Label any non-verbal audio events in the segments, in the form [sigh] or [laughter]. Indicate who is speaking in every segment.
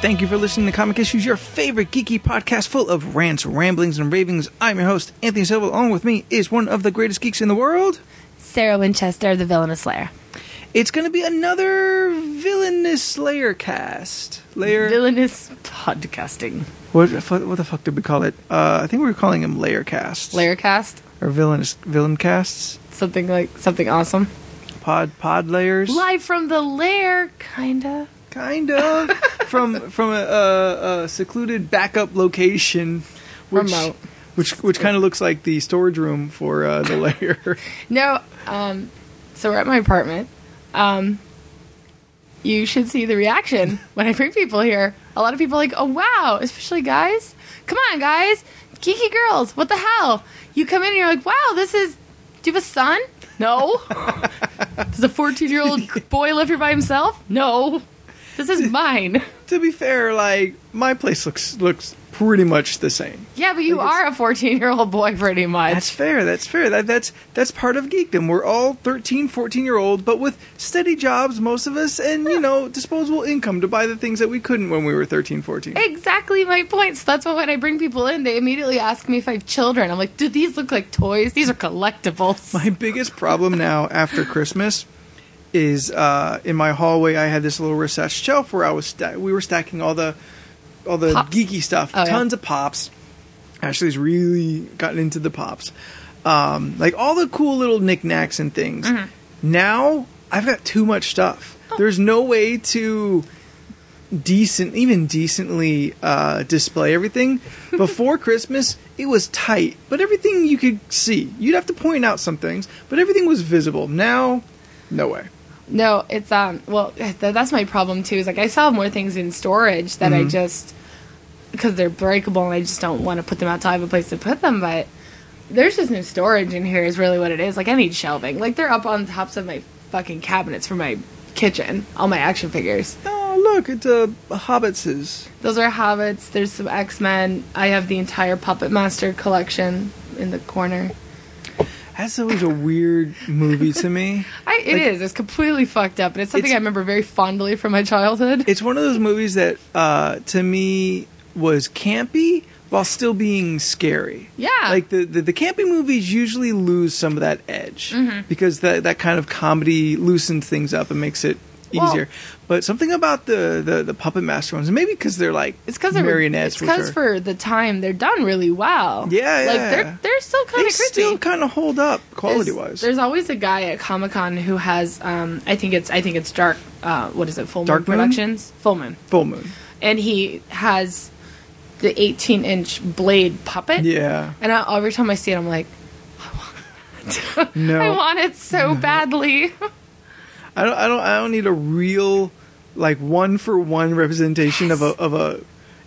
Speaker 1: Thank you for listening to Comic Issues, your favorite geeky podcast full of rants, ramblings, and ravings. I'm your host, Anthony Silva. Along with me is one of the greatest geeks in the world.
Speaker 2: Sarah Winchester, the villainous Slayer.
Speaker 1: It's going to be another villainous layer cast. Layer.
Speaker 2: Villainous podcasting.
Speaker 1: what, the fu- what the fuck did we call it? Uh, I think we were calling him layer casts.
Speaker 2: Layercast.
Speaker 1: Or villainous villain casts.
Speaker 2: Something like something awesome.
Speaker 1: Pod pod layers.
Speaker 2: Live from the lair, kinda.
Speaker 1: kind of from from a, a, a secluded backup location, which
Speaker 2: Remote.
Speaker 1: which which kind of looks like the storage room for uh, the layer.
Speaker 2: No, um, so we're at my apartment. Um, you should see the [laughs] reaction when I bring people here. A lot of people are like, oh wow, especially guys. Come on, guys, geeky girls, what the hell? You come in and you're like, wow, this is. Do you have a son? [laughs] No. Does a 14 year old boy live here by himself? No. This is mine.
Speaker 1: to be fair, like my place looks looks pretty much the same.
Speaker 2: [laughs] Yeah, but you are a 14 year old boy pretty
Speaker 1: That's
Speaker 2: much.
Speaker 1: fair. That's fair. That that's that's part of geekdom. We're all 13, 14 year old, but with steady jobs, most of us, and you know, disposable income to buy the things that we couldn't when we were 13, 14.
Speaker 2: Exactly my point. So that's why when I bring people in, they immediately ask me if I have children. I'm like, do these look like toys? These are collectibles.
Speaker 1: My biggest problem now after Christmas is uh, in my hallway. I had this little recessed shelf where I was sta- we were stacking all the all the
Speaker 2: Pops.
Speaker 1: geeky stuff,
Speaker 2: Oh, yeah.
Speaker 1: tons of pops. Ashley's really gotten into the pops, um, like all the cool little knickknacks and things.
Speaker 2: Mm-hmm.
Speaker 1: Now I've got too much stuff.
Speaker 2: Oh.
Speaker 1: There's no way to decent, even decently uh, display
Speaker 2: [laughs]
Speaker 1: everything. Before Christmas, it was tight, but everything you could see. You'd have to point out some things, but everything was visible. Now, no way.
Speaker 2: No, it's um. Well, th- that's my problem too. Is like I saw more things in storage that I just because they're breakable and I just don't want to put them out till I have a place to put them. But there's just no storage in here. Is really what it is. Like I need shelving. Like they're up on tops of my fucking cabinets for my kitchen. All my action figures.
Speaker 1: Oh, look, it's a uh, Hobbitz's.
Speaker 2: Those are hobbits. There's some X Men. I have the entire Puppet Master collection in the corner.
Speaker 1: That's always a weird movie to me.
Speaker 2: I, it is. It's completely fucked up, and it's something
Speaker 1: It's-
Speaker 2: I remember very fondly from my childhood.
Speaker 1: [laughs] It's one of those movies that, uh, to me, was campy while still being scary.
Speaker 2: Yeah.
Speaker 1: Like the, the, the campy movies usually lose some of that edge
Speaker 2: Mm-hmm.
Speaker 1: because that, that kind of comedy loosens things up and makes it
Speaker 2: Well-
Speaker 1: easier. but something about the, the, the Puppet Master ones, and maybe because they're like
Speaker 2: It's because they're
Speaker 1: marionettes.
Speaker 2: It's
Speaker 1: which
Speaker 2: because
Speaker 1: are-
Speaker 2: for the time they're done really well.
Speaker 1: Yeah,
Speaker 2: Like
Speaker 1: yeah.
Speaker 2: they're they're still
Speaker 1: they
Speaker 2: kind of creepy.
Speaker 1: still kind of hold up quality
Speaker 2: There's-
Speaker 1: wise.
Speaker 2: There's always a guy at Comic Con who has um I think it's I think it's Dark uh what is it Full Moon
Speaker 1: Dark Moon?
Speaker 2: Productions Full Moon
Speaker 1: Full Moon.
Speaker 2: and he has the 18 inch blade puppet.
Speaker 1: Yeah.
Speaker 2: And I, every time I see it, I'm like. I want it.
Speaker 1: No.
Speaker 2: [laughs] I want it so badly.
Speaker 1: I don't, I don't, I don't need a real, like one for one representation of a of a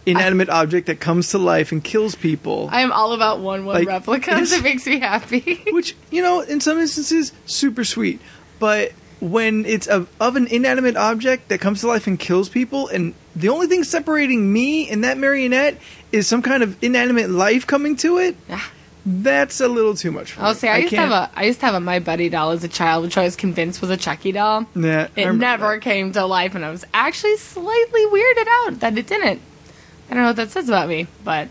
Speaker 1: inanimate object that comes to life and kills people.
Speaker 2: I am all about one one
Speaker 1: Like,
Speaker 2: [laughs] replicas. It makes me happy.
Speaker 1: which you know, in some instances, super sweet. But when it's of, of an inanimate object that comes to life and kills people, and the only thing separating me and that marionette is some kind of inanimate life coming to it, that's a little too much. For
Speaker 2: I'll
Speaker 1: me.
Speaker 2: say I used to
Speaker 1: can't-
Speaker 2: have a I used to have a My Buddy doll as a child, which I was convinced was a Chucky doll.
Speaker 1: Nah, I
Speaker 2: it
Speaker 1: remember
Speaker 2: never
Speaker 1: that.
Speaker 2: came to life, and I was actually slightly weirded out that it didn't. I don't know what that says about me, but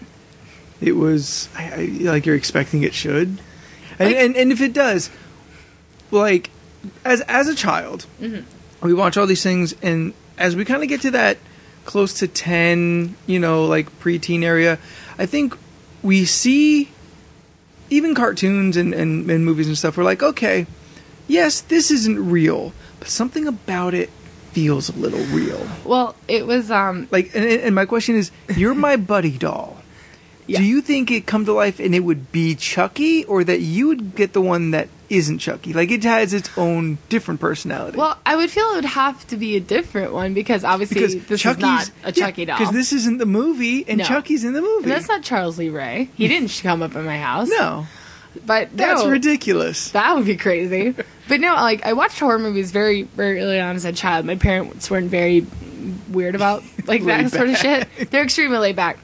Speaker 1: it was I, I, like you're expecting it should and, and and if it does like as as a child we watch all these things and as we kind of get to that close to 10 you know like preteen area i think we see even cartoons and, and, and movies and stuff we're like okay yes this isn't real but something about it feels a little real
Speaker 2: well, it was um
Speaker 1: like, and, and my question is, you're
Speaker 2: [laughs]
Speaker 1: my buddy doll.
Speaker 2: Yeah.
Speaker 1: Do you think it come to life and it would be Chucky, or that you would get the one that isn't Chucky? Like it has its own different personality.
Speaker 2: well, I would feel it would have to be a different one because obviously this is not a Chucky doll.
Speaker 1: because this isn't the movie, and
Speaker 2: No.
Speaker 1: Chucky's in the movie.
Speaker 2: and that's not Charles Lee Ray. He didn't come up in my house.
Speaker 1: no,
Speaker 2: but
Speaker 1: that's
Speaker 2: no,
Speaker 1: ridiculous.
Speaker 2: That would
Speaker 1: [laughs]
Speaker 2: be crazy. but no, like I watched horror movies very, very early on as a child. My parents weren't very weird about like that
Speaker 1: Laid
Speaker 2: sort of shit. They're extremely laid back.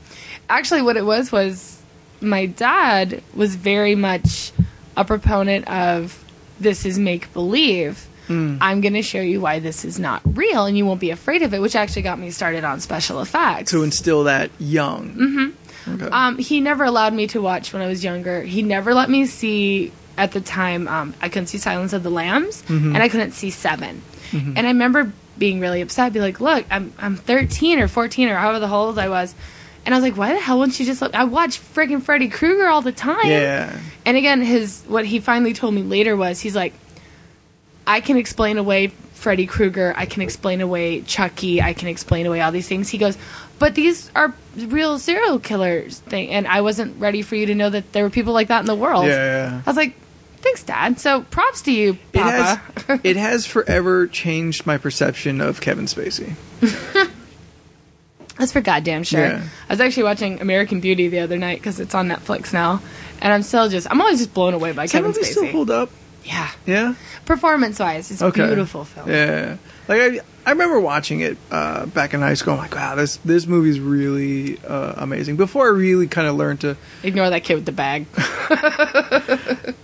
Speaker 2: Actually, what it was was my dad was very much a proponent of this is make believe.
Speaker 1: Hmm.
Speaker 2: I'm going to show you why this is not real and you won't be afraid of it, which actually got me started on special effects.
Speaker 1: to instill that young. Mm-hmm. Okay.
Speaker 2: Um, he never allowed me to watch when I was younger. He never let me see at the time. Um, I couldn't see Silence of the Lambs,
Speaker 1: Mm-hmm.
Speaker 2: and I couldn't see 7 And I remember being really upset. Be like, look, I'm I'm 13 or 14 or however the hell old I was, and I was like, why the hell wouldn't you just let? I watch freaking Freddy Krueger all the time.
Speaker 1: yeah.
Speaker 2: And again, his what he finally told me later was he's like, I can explain away Freddy Krueger, I can explain away Chucky, I can explain away all these things. He goes, but these are real serial killers thing, and I wasn't ready for you to know that there were people like that in the world.
Speaker 1: Yeah.
Speaker 2: I was like, thanks, Dad. So props to you,
Speaker 1: It
Speaker 2: Papa.
Speaker 1: has, [laughs] it has forever changed my perception of Kevin Spacey.
Speaker 2: That's for goddamn sure.
Speaker 1: Yeah.
Speaker 2: I was actually watching American Beauty the other night because it's on Netflix now, and I'm still just I'm always just blown away by
Speaker 1: Does that
Speaker 2: Kevin
Speaker 1: movie
Speaker 2: Spacey.
Speaker 1: still hold up?
Speaker 2: yeah,
Speaker 1: Yeah.
Speaker 2: performance wise, it's a
Speaker 1: Okay.
Speaker 2: beautiful film.
Speaker 1: Yeah. Like I, I remember watching it uh, back in high school. I'm like, wow, this this movie's really uh, amazing. Before I really kind of learned to,
Speaker 2: Ignore that kid with the bag.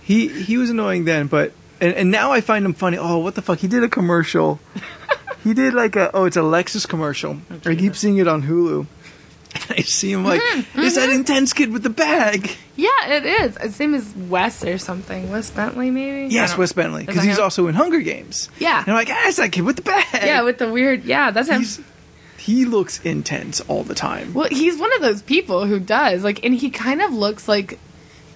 Speaker 1: he he was annoying then, but and, and now I find him funny. Oh, what the fuck? He did a commercial. he did like a oh, it's a Lexus commercial. I keep seeing it on Hulu. And I see him like, it's that intense kid with the bag.
Speaker 2: [laughs] Mm-hmm, Yeah, it is. His name is Wes or something. Wes Bentley, maybe. I
Speaker 1: Yes,
Speaker 2: don't-
Speaker 1: Wes Bentley,
Speaker 2: Is
Speaker 1: because
Speaker 2: that
Speaker 1: he's
Speaker 2: him?
Speaker 1: also in Hunger Games.
Speaker 2: Yeah.
Speaker 1: and I'm like, ah, it's that kid with the bag.
Speaker 2: Yeah, with the weird. Yeah, that's him.
Speaker 1: he's, he looks intense all the time.
Speaker 2: well, he's one of those people who does like, and he kind of looks like.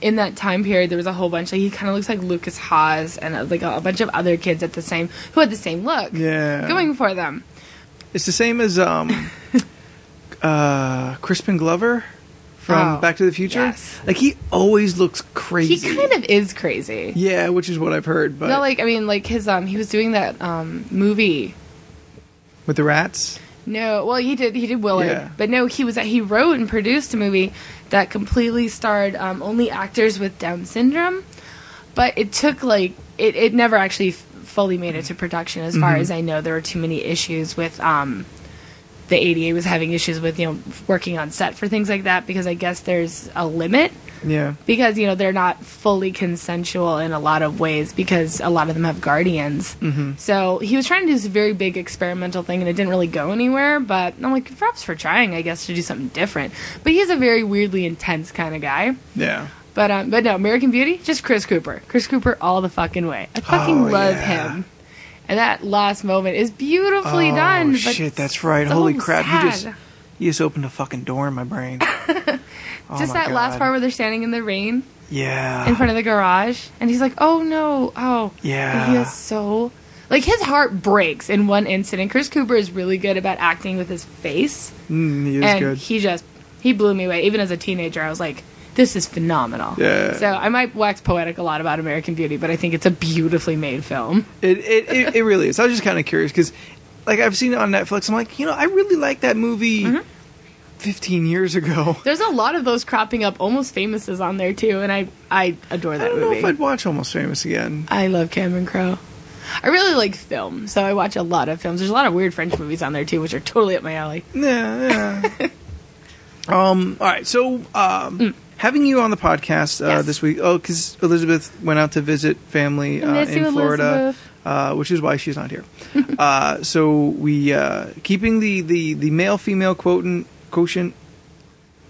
Speaker 2: In that time period, there was a whole bunch. Like he kind of looks like Lucas Haas and uh, like a, a bunch of other kids at the same who had the same look.
Speaker 1: Yeah.
Speaker 2: going for them.
Speaker 1: It's the same as
Speaker 2: [laughs]
Speaker 1: um, uh, Crispin Glover from
Speaker 2: Oh,
Speaker 1: Back to the Future.
Speaker 2: yes.
Speaker 1: Like he always looks crazy.
Speaker 2: He kind of is crazy.
Speaker 1: yeah, which is what I've heard. But
Speaker 2: No, like I mean, like his um, he was doing that um movie
Speaker 1: with the rats,
Speaker 2: No, well, he did. He did Willard,
Speaker 1: Yeah.
Speaker 2: but no, he was. He wrote and produced a movie that completely starred um, only actors with Down syndrome. But it took like it. It never actually f- fully made it to production, as far as I know. There were too many issues with um, the ADA was having issues with you know working on set for things like that because I guess there's a limit
Speaker 1: yeah,
Speaker 2: because you know they're not fully consensual in a lot of ways because a lot of them have guardians. Mm-hmm. So he was trying to do this very big experimental thing and it didn't really go anywhere. But I'm like, props for trying, I guess, to do something different. But he's a very weirdly intense kind of guy.
Speaker 1: yeah.
Speaker 2: But um, but no, American Beauty, just Chris Cooper, Chris Cooper all the fucking way. I fucking
Speaker 1: Oh,
Speaker 2: love
Speaker 1: yeah.
Speaker 2: him. And that last moment is beautifully done.
Speaker 1: Oh
Speaker 2: but
Speaker 1: shit, that's right.
Speaker 2: so
Speaker 1: Holy crap! You just
Speaker 2: sad.
Speaker 1: you just opened a fucking door in my
Speaker 2: [laughs]
Speaker 1: brain. Oh
Speaker 2: just
Speaker 1: my
Speaker 2: that last
Speaker 1: God.
Speaker 2: part where they're standing in the rain.
Speaker 1: yeah,
Speaker 2: in front of the garage and he's like oh no oh
Speaker 1: Yeah.
Speaker 2: And he is so like his heart breaks in one incident chris cooper is really good about acting with his face
Speaker 1: Mm, he is
Speaker 2: and
Speaker 1: good.
Speaker 2: he just he blew me away even as a teenager i was like this is phenomenal
Speaker 1: Yeah.
Speaker 2: so i might wax poetic a lot about american beauty but i think it's a beautifully made film
Speaker 1: It it, it, it really is. I was just kind of curious because, like, I've seen it on Netflix. I'm like, you know, I really liked that movie
Speaker 2: Mm-hmm.
Speaker 1: 15 years ago.
Speaker 2: there's a lot of those cropping up almost famouses on there too and i i adore
Speaker 1: I
Speaker 2: that
Speaker 1: don't know
Speaker 2: movie
Speaker 1: if I'd watch Almost Famous again.
Speaker 2: I love Cameron Crowe. I really like film, so I watch a lot of films. There's a lot of weird French movies on there too, which are totally up my alley.
Speaker 1: [laughs] Yeah, yeah. um. All right. So, um, having you on the podcast uh,
Speaker 2: Yes.
Speaker 1: this week. Oh, because Elizabeth went out to visit family uh,
Speaker 2: miss
Speaker 1: in
Speaker 2: you,
Speaker 1: Florida.
Speaker 2: Elizabeth.
Speaker 1: Uh, which is why she's not [laughs] here. uh, so we uh, keeping the the the male female quotient quotient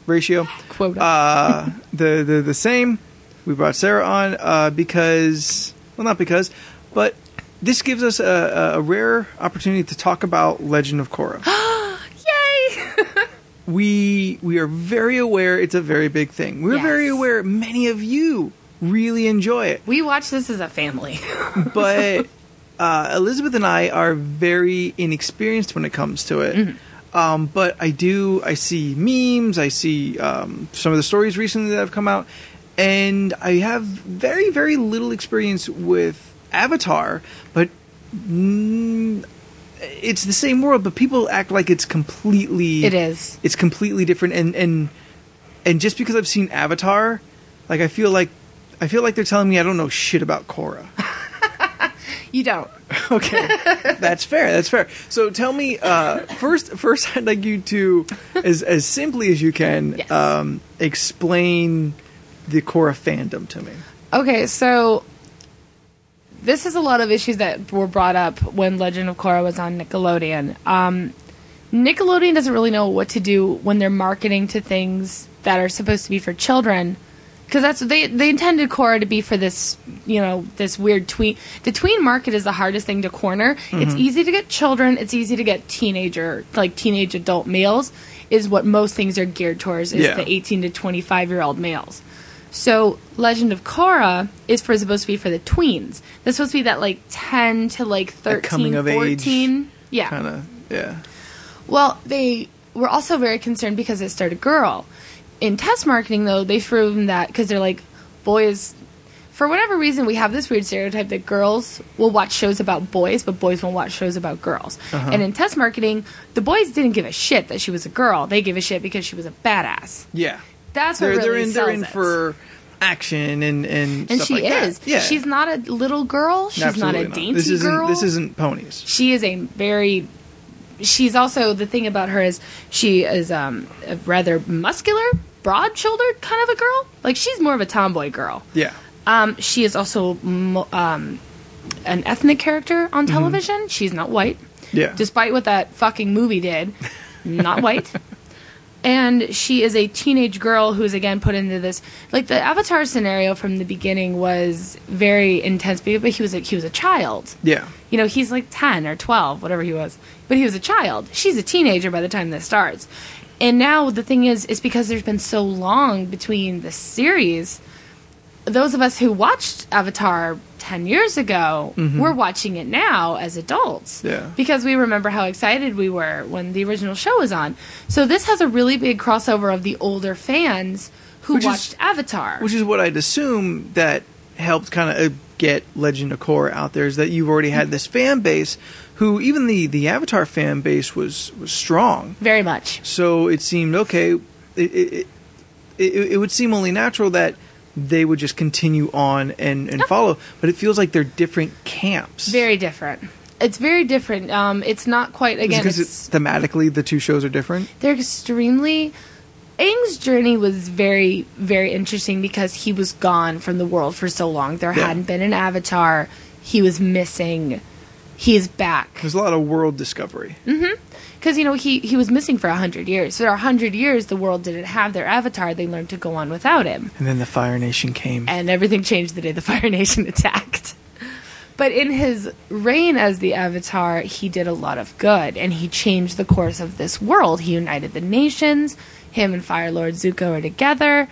Speaker 1: ratio
Speaker 2: Quota.
Speaker 1: uh, the, the the same. We brought Sarah on uh, because, well, not because, but this gives us a, a- a rare opportunity to talk about Legend of Korra.
Speaker 2: Yay! [laughs]
Speaker 1: we we are very aware it's a very big thing. We're
Speaker 2: Yes.
Speaker 1: very aware many of you really enjoy it,
Speaker 2: we watch this as a family.
Speaker 1: but uh, Elizabeth and I are very inexperienced when it comes to it.
Speaker 2: Mm-hmm.
Speaker 1: Um, but I do. I see memes. I see um, some of the stories recently that have come out, and I have very, very little experience with Avatar. But mm, it's the same world. But people act like it's completely.
Speaker 2: It is.
Speaker 1: It's completely different, and and and just because I've seen Avatar, like I feel like I feel like they're telling me I don't know shit about Korra.
Speaker 2: You don't.
Speaker 1: [laughs] Okay, that's fair. That's fair. So tell me uh, first. First, I'd like you to, as as simply as you can,
Speaker 2: Yes.
Speaker 1: um, explain the Korra fandom to me.
Speaker 2: Okay, so this is a lot of issues that were brought up when Legend of Korra was on Nickelodeon. Um, Nickelodeon doesn't really know what to do when they're marketing to things that are supposed to be for children. Because that's they they intended Korra to be for this you know this weird tween the tween market is the hardest thing to corner. It's easy to get children. It's easy to get teenager like teenage adult males is what most things are geared towards is
Speaker 1: Yeah.
Speaker 2: the eighteen to twenty five year old males. So Legend of Korra is for, supposed to be for the tweens. That's supposed to be that like ten to like 13,
Speaker 1: coming of age
Speaker 2: 14. yeah.
Speaker 1: kind of yeah.
Speaker 2: Well, they were also very concerned because it started girl. In test marketing, though, they threw them that because they're like, boys. For whatever reason, we have this weird stereotype that girls will watch shows about boys, but boys won't watch shows about girls.
Speaker 1: Uh-huh.
Speaker 2: And in test marketing, the boys didn't give a shit that she was a girl. They gave a shit because she was a badass.
Speaker 1: Yeah.
Speaker 2: That's what
Speaker 1: They're, they're
Speaker 2: really
Speaker 1: in,
Speaker 2: sells
Speaker 1: they're in
Speaker 2: it.
Speaker 1: for action and and
Speaker 2: and
Speaker 1: stuff
Speaker 2: she
Speaker 1: like that.
Speaker 2: is.
Speaker 1: Yeah.
Speaker 2: She's not a little girl. She's
Speaker 1: Absolutely
Speaker 2: not a dainty
Speaker 1: this isn't,
Speaker 2: girl.
Speaker 1: This isn't ponies.
Speaker 2: she is a very she's also the thing about her is she is um a rather muscular broad shouldered kind of a girl like she's more of a tomboy girl
Speaker 1: Yeah.
Speaker 2: um she is also mo- um an ethnic character
Speaker 1: Mm-hmm.
Speaker 2: on television she's not white
Speaker 1: Yeah.
Speaker 2: despite what that fucking movie did not white and she is a teenage girl who's again put into this like the avatar scenario from the beginning was very intense but he was a, he was a child
Speaker 1: yeah.
Speaker 2: you know, he's like 10 or 12, whatever he was. But he was a child. She's a teenager by the time this starts. And now the thing is, it's because there's been so long between the series. Those of us who watched Avatar 10 years ago, we're watching it now as adults.
Speaker 1: Mm-hmm. Yeah.
Speaker 2: Because we remember how excited we were when the original show was on. So this has a really big crossover of the older fans who
Speaker 1: Which is-
Speaker 2: watched Avatar.
Speaker 1: Which is what I'd assume that helped kind of get Legend of Korra out there is that you've already had this fan base who even the the Avatar fan base was was strong.
Speaker 2: Very much.
Speaker 1: So it seemed okay. It it, it, it, it would seem only natural that they would just continue on and, and follow. But it feels like they're different camps.
Speaker 2: Very different. It's very different. Um, it's not quite, again,
Speaker 1: because
Speaker 2: it's-
Speaker 1: it's thematically the two shows are different.
Speaker 2: they're extremely Aang's journey was very, very interesting because he was gone from the world for so long. There
Speaker 1: Yeah.
Speaker 2: hadn't been an avatar. He was missing. He is back.
Speaker 1: There's a lot of world discovery.
Speaker 2: Mm-hmm. Because, you know, he, he was missing for 100 years. So, 100 years, the world didn't have their avatar. They learned to go on without him.
Speaker 1: And then the Fire Nation came.
Speaker 2: And everything changed the [laughs] day the Fire Nation attacked. But in his reign as the Avatar, he did a lot of good and he changed the course of this world. He united the nations. Him and Fire Lord Zuko are together.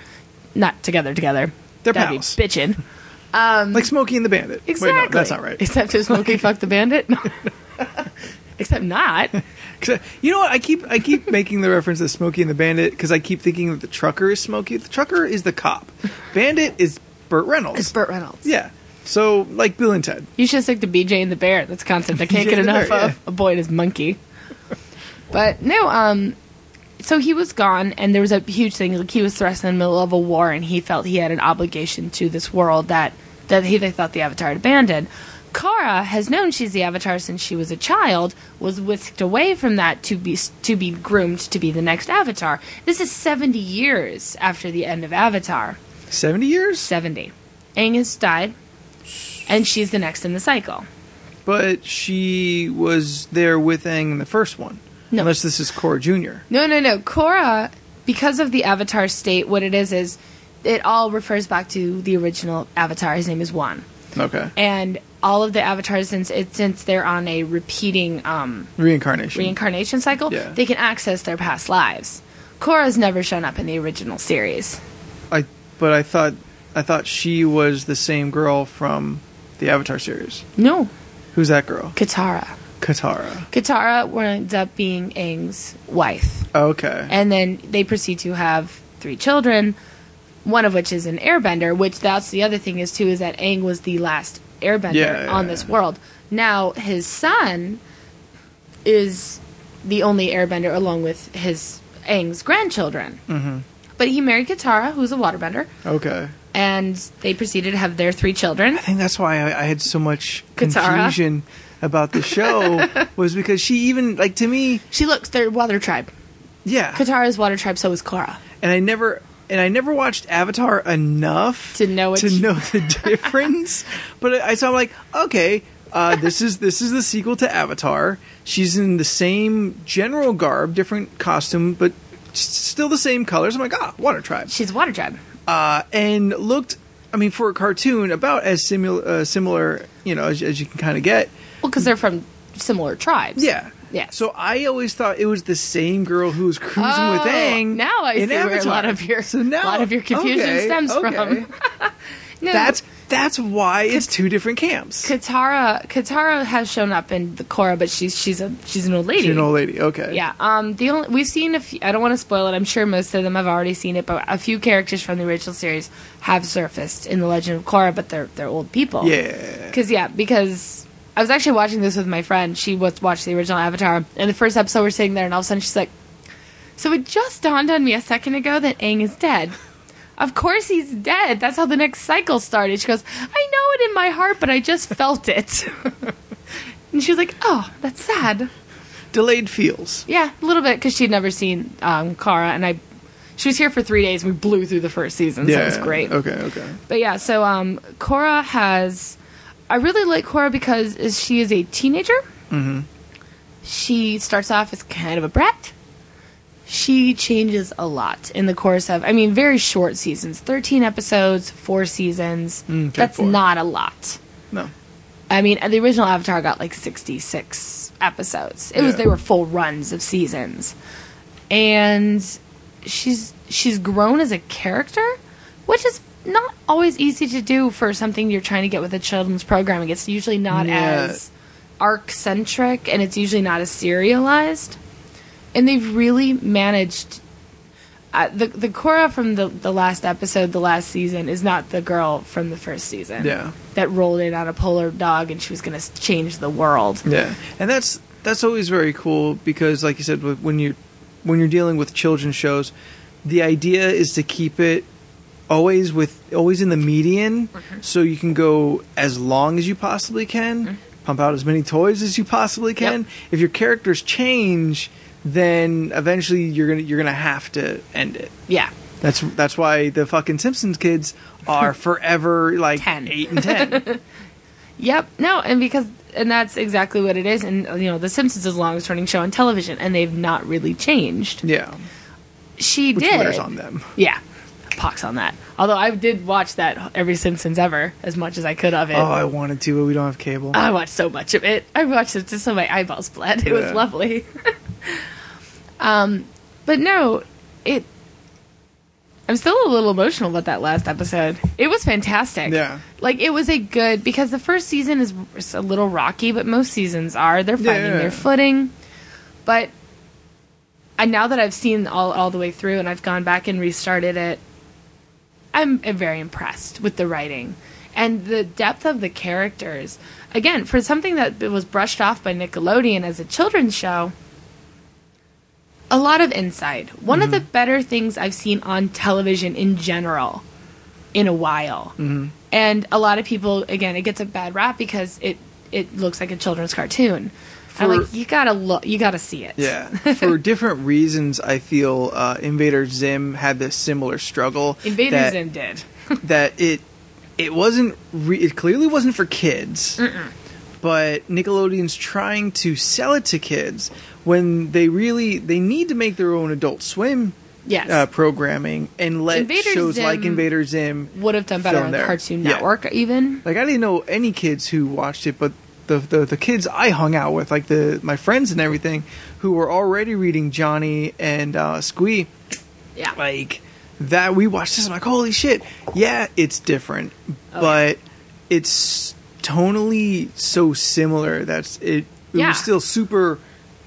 Speaker 2: Not together, together.
Speaker 1: They're
Speaker 2: That'd
Speaker 1: pals.
Speaker 2: be bitchin'.
Speaker 1: like Smokey and the Bandit.
Speaker 2: Exactly.
Speaker 1: Wait, no, that's not right.
Speaker 2: Except
Speaker 1: [laughs]
Speaker 2: his Smokey fuck the bandit. [laughs] No. Except not.
Speaker 1: Except- You know what? I keep I keep making the reference to Smokey and the Bandit because I keep thinking that the trucker is Smokey. The trucker is the cop. Bandit is Burt Reynolds.
Speaker 2: It's Burt Reynolds.
Speaker 1: Yeah. So like Bill and Ted.
Speaker 2: You should stick to BJ and the Bear. That's a concept I can't
Speaker 1: BJ
Speaker 2: get
Speaker 1: and the
Speaker 2: enough
Speaker 1: Bear,
Speaker 2: of. A boy and his monkey. But no, um, so he was gone, and there was a huge thing. Like he was thrust in the middle of a war, and he felt he had an obligation to this world that that he they thought the Avatar had abandoned. Kara has known she's the Avatar since she was a child. Was whisked away from that to be to be groomed to be the next Avatar. This is seventy years after the end of Avatar.
Speaker 1: Seventy years,
Speaker 2: Seventy. Aang has died, and she's the next in the cycle.
Speaker 1: but she was there with Aang in the first one.
Speaker 2: No.
Speaker 1: Unless this is Cora Junior.
Speaker 2: No, no, no. Korra, because of the Avatar state, what it is is it all refers back to the original Avatar. His name is Wan,
Speaker 1: Okay.
Speaker 2: and all of the Avatars since it, since they're on a repeating um,
Speaker 1: Reincarnation.
Speaker 2: reincarnation cycle,
Speaker 1: Yeah.
Speaker 2: they can access their past lives. Korra's never shown up in the original series.
Speaker 1: I. But I thought I thought she was the same girl from the Avatar series.
Speaker 2: No,
Speaker 1: Who's that girl?
Speaker 2: Katara.
Speaker 1: Katara.
Speaker 2: Katara winds up being Aang's wife.
Speaker 1: Okay.
Speaker 2: and then they proceed to have three children, one of which is an airbender, which that's the other thing is too is that Aang was the last airbender
Speaker 1: Yeah, yeah,
Speaker 2: on
Speaker 1: yeah.
Speaker 2: this world. Now his son is the only airbender along with his Aang's grandchildren. Mm-hmm. But he married Katara, who's a waterbender,
Speaker 1: okay.
Speaker 2: and they proceeded to have their three children.
Speaker 1: I think that's why I, I had so much
Speaker 2: Katara.
Speaker 1: confusion about the
Speaker 2: [laughs]
Speaker 1: show was because she even like to me,
Speaker 2: She looks they're water tribe.
Speaker 1: yeah.
Speaker 2: Katara's water tribe, so is Korra.
Speaker 1: And I never and I never watched Avatar enough
Speaker 2: To know it.
Speaker 1: to know
Speaker 2: [laughs]
Speaker 1: the difference. but I, I saw like, okay, uh, this is this is the sequel to Avatar. She's in the same general garb, different costume, but s- still the same colors. I'm like, ah, Water Tribe
Speaker 2: She's a water tribe.
Speaker 1: uh, and looked. I mean, for a cartoon, about as simul- uh, similar, you know, as, as you can kind of get.
Speaker 2: Well, because they're from similar tribes.
Speaker 1: Yeah,
Speaker 2: Yeah.
Speaker 1: So I always thought it was the same girl who was cruising with
Speaker 2: Oh,
Speaker 1: Aang.
Speaker 2: Now I
Speaker 1: in
Speaker 2: see where a
Speaker 1: Avatar.
Speaker 2: lot of [laughs] your
Speaker 1: So now-
Speaker 2: a lot of your confusion
Speaker 1: okay,
Speaker 2: stems
Speaker 1: okay.
Speaker 2: from. [laughs] no,
Speaker 1: that's that's why it's two different camps.
Speaker 2: Katara. Katara has shown up in the Korra, but she's she's a she's an old lady.
Speaker 1: She's an old lady. Okay.
Speaker 2: Yeah. Um. The only we've seen a few. I don't want to spoil it. I'm sure most of them have already seen it, but a few characters from the original series have surfaced in the Legend of Korra, but they're they're old people.
Speaker 1: Yeah.
Speaker 2: Because yeah, because I was actually watching this with my friend. She was watched the original Avatar, and the first episode we're sitting there, and all of a sudden she's like, "So it just dawned on me a second ago that Aang is dead." Of course he's dead. That's how the next cycle started. She goes, I know it in my heart, but I just felt it. [laughs] and she was like, Oh, that's sad.
Speaker 1: Delayed feels.
Speaker 2: Yeah, a little bit because she'd never seen um, Kara, and I. She was here for three days. and We blew through the first season, so it was great.
Speaker 1: Okay. Okay.
Speaker 2: But yeah, so um, Cora has. I really like Cora because is she is a teenager. Mm-hmm. She starts off as kind of a brat. She changes a lot in the course of, I mean, very short seasons 13 episodes, four seasons.
Speaker 1: Mm, okay,
Speaker 2: That's
Speaker 1: four.
Speaker 2: not a lot.
Speaker 1: No.
Speaker 2: I mean, the original Avatar got like 66 episodes. It was
Speaker 1: Yeah.
Speaker 2: they were full runs of seasons. And she's she's grown as a character, which is not always easy to do for something you're trying to get with a children's programming. It's usually not
Speaker 1: Yeah.
Speaker 2: as arc centric and it's usually not as serialized. And they've really managed uh, the the Korra from the the last episode, the last season, is not the girl from the first season.
Speaker 1: Yeah.
Speaker 2: That rolled in on a polar dog and she was going to change the world.
Speaker 1: Yeah, and that's that's always very cool because, like you said, wh- when you when you're dealing with children's shows, the idea is to keep it always with always in the median,
Speaker 2: Mm-hmm.
Speaker 1: so you can go as long as you possibly can, pump out as many toys as you possibly can.
Speaker 2: Yep.
Speaker 1: If your characters change, then eventually you're gonna you're gonna have to end it.
Speaker 2: Yeah.
Speaker 1: That's that's why the fucking Simpsons kids
Speaker 2: [laughs]
Speaker 1: are forever like
Speaker 2: 10.
Speaker 1: eight and
Speaker 2: [laughs]
Speaker 1: ten.
Speaker 2: Yep. No, and because and that's exactly what it is. And you know, The Simpsons is the longest running show on television, and they've not really changed.
Speaker 1: yeah,
Speaker 2: She
Speaker 1: which
Speaker 2: did.
Speaker 1: wears on them.
Speaker 2: Yeah. Pox on that. Although I did watch that every Simpsons ever as much as I could of it.
Speaker 1: Oh, I wanted to, but we don't have cable.
Speaker 2: I watched so much of it. I watched it until my eyeballs bled. It was
Speaker 1: Yeah.
Speaker 2: lovely. [laughs] um, but no, it. I'm still a little emotional about that last episode. It was fantastic.
Speaker 1: Yeah.
Speaker 2: like it was a good because the first season is is a little rocky, but most seasons are. They're finding
Speaker 1: Yeah.
Speaker 2: their footing, but. And now that I've seen all all the way through, and I've gone back and restarted it, I'm very impressed with the writing and the depth of the characters. Again, for something that was brushed off by Nickelodeon as a children's show, a lot of insight. One of the
Speaker 1: Mm-hmm.
Speaker 2: better things I've seen on television in general in a while.
Speaker 1: Mm-hmm.
Speaker 2: And a lot of people, again, it gets a bad rap because it it looks like a children's cartoon.
Speaker 1: For-
Speaker 2: I'm like, you gotta look, you gotta see it. [laughs]
Speaker 1: Yeah, for different reasons, I feel uh, Invader Zim had this similar struggle.
Speaker 2: Invader
Speaker 1: that,
Speaker 2: Zim did.
Speaker 1: [laughs] that it it wasn't re- it clearly wasn't for kids, but Nickelodeon's trying to sell it to kids when they really they need to make their own Adult Swim
Speaker 2: Yes.
Speaker 1: uh, programming and let
Speaker 2: Invader
Speaker 1: shows like
Speaker 2: Zim-
Speaker 1: Invader Zim.
Speaker 2: Would have done better
Speaker 1: Film
Speaker 2: on
Speaker 1: there.
Speaker 2: Cartoon
Speaker 1: Yeah.
Speaker 2: Network, even.
Speaker 1: Like I didn't know any kids who watched it, but the, the the kids I hung out with, like the my friends and everything, who were already reading Johnny and uh, Squee.
Speaker 2: Yeah.
Speaker 1: like that we watched this I'm like holy shit yeah it's different
Speaker 2: Oh,
Speaker 1: but it's tonally so similar that's it it
Speaker 2: Yeah.
Speaker 1: was still super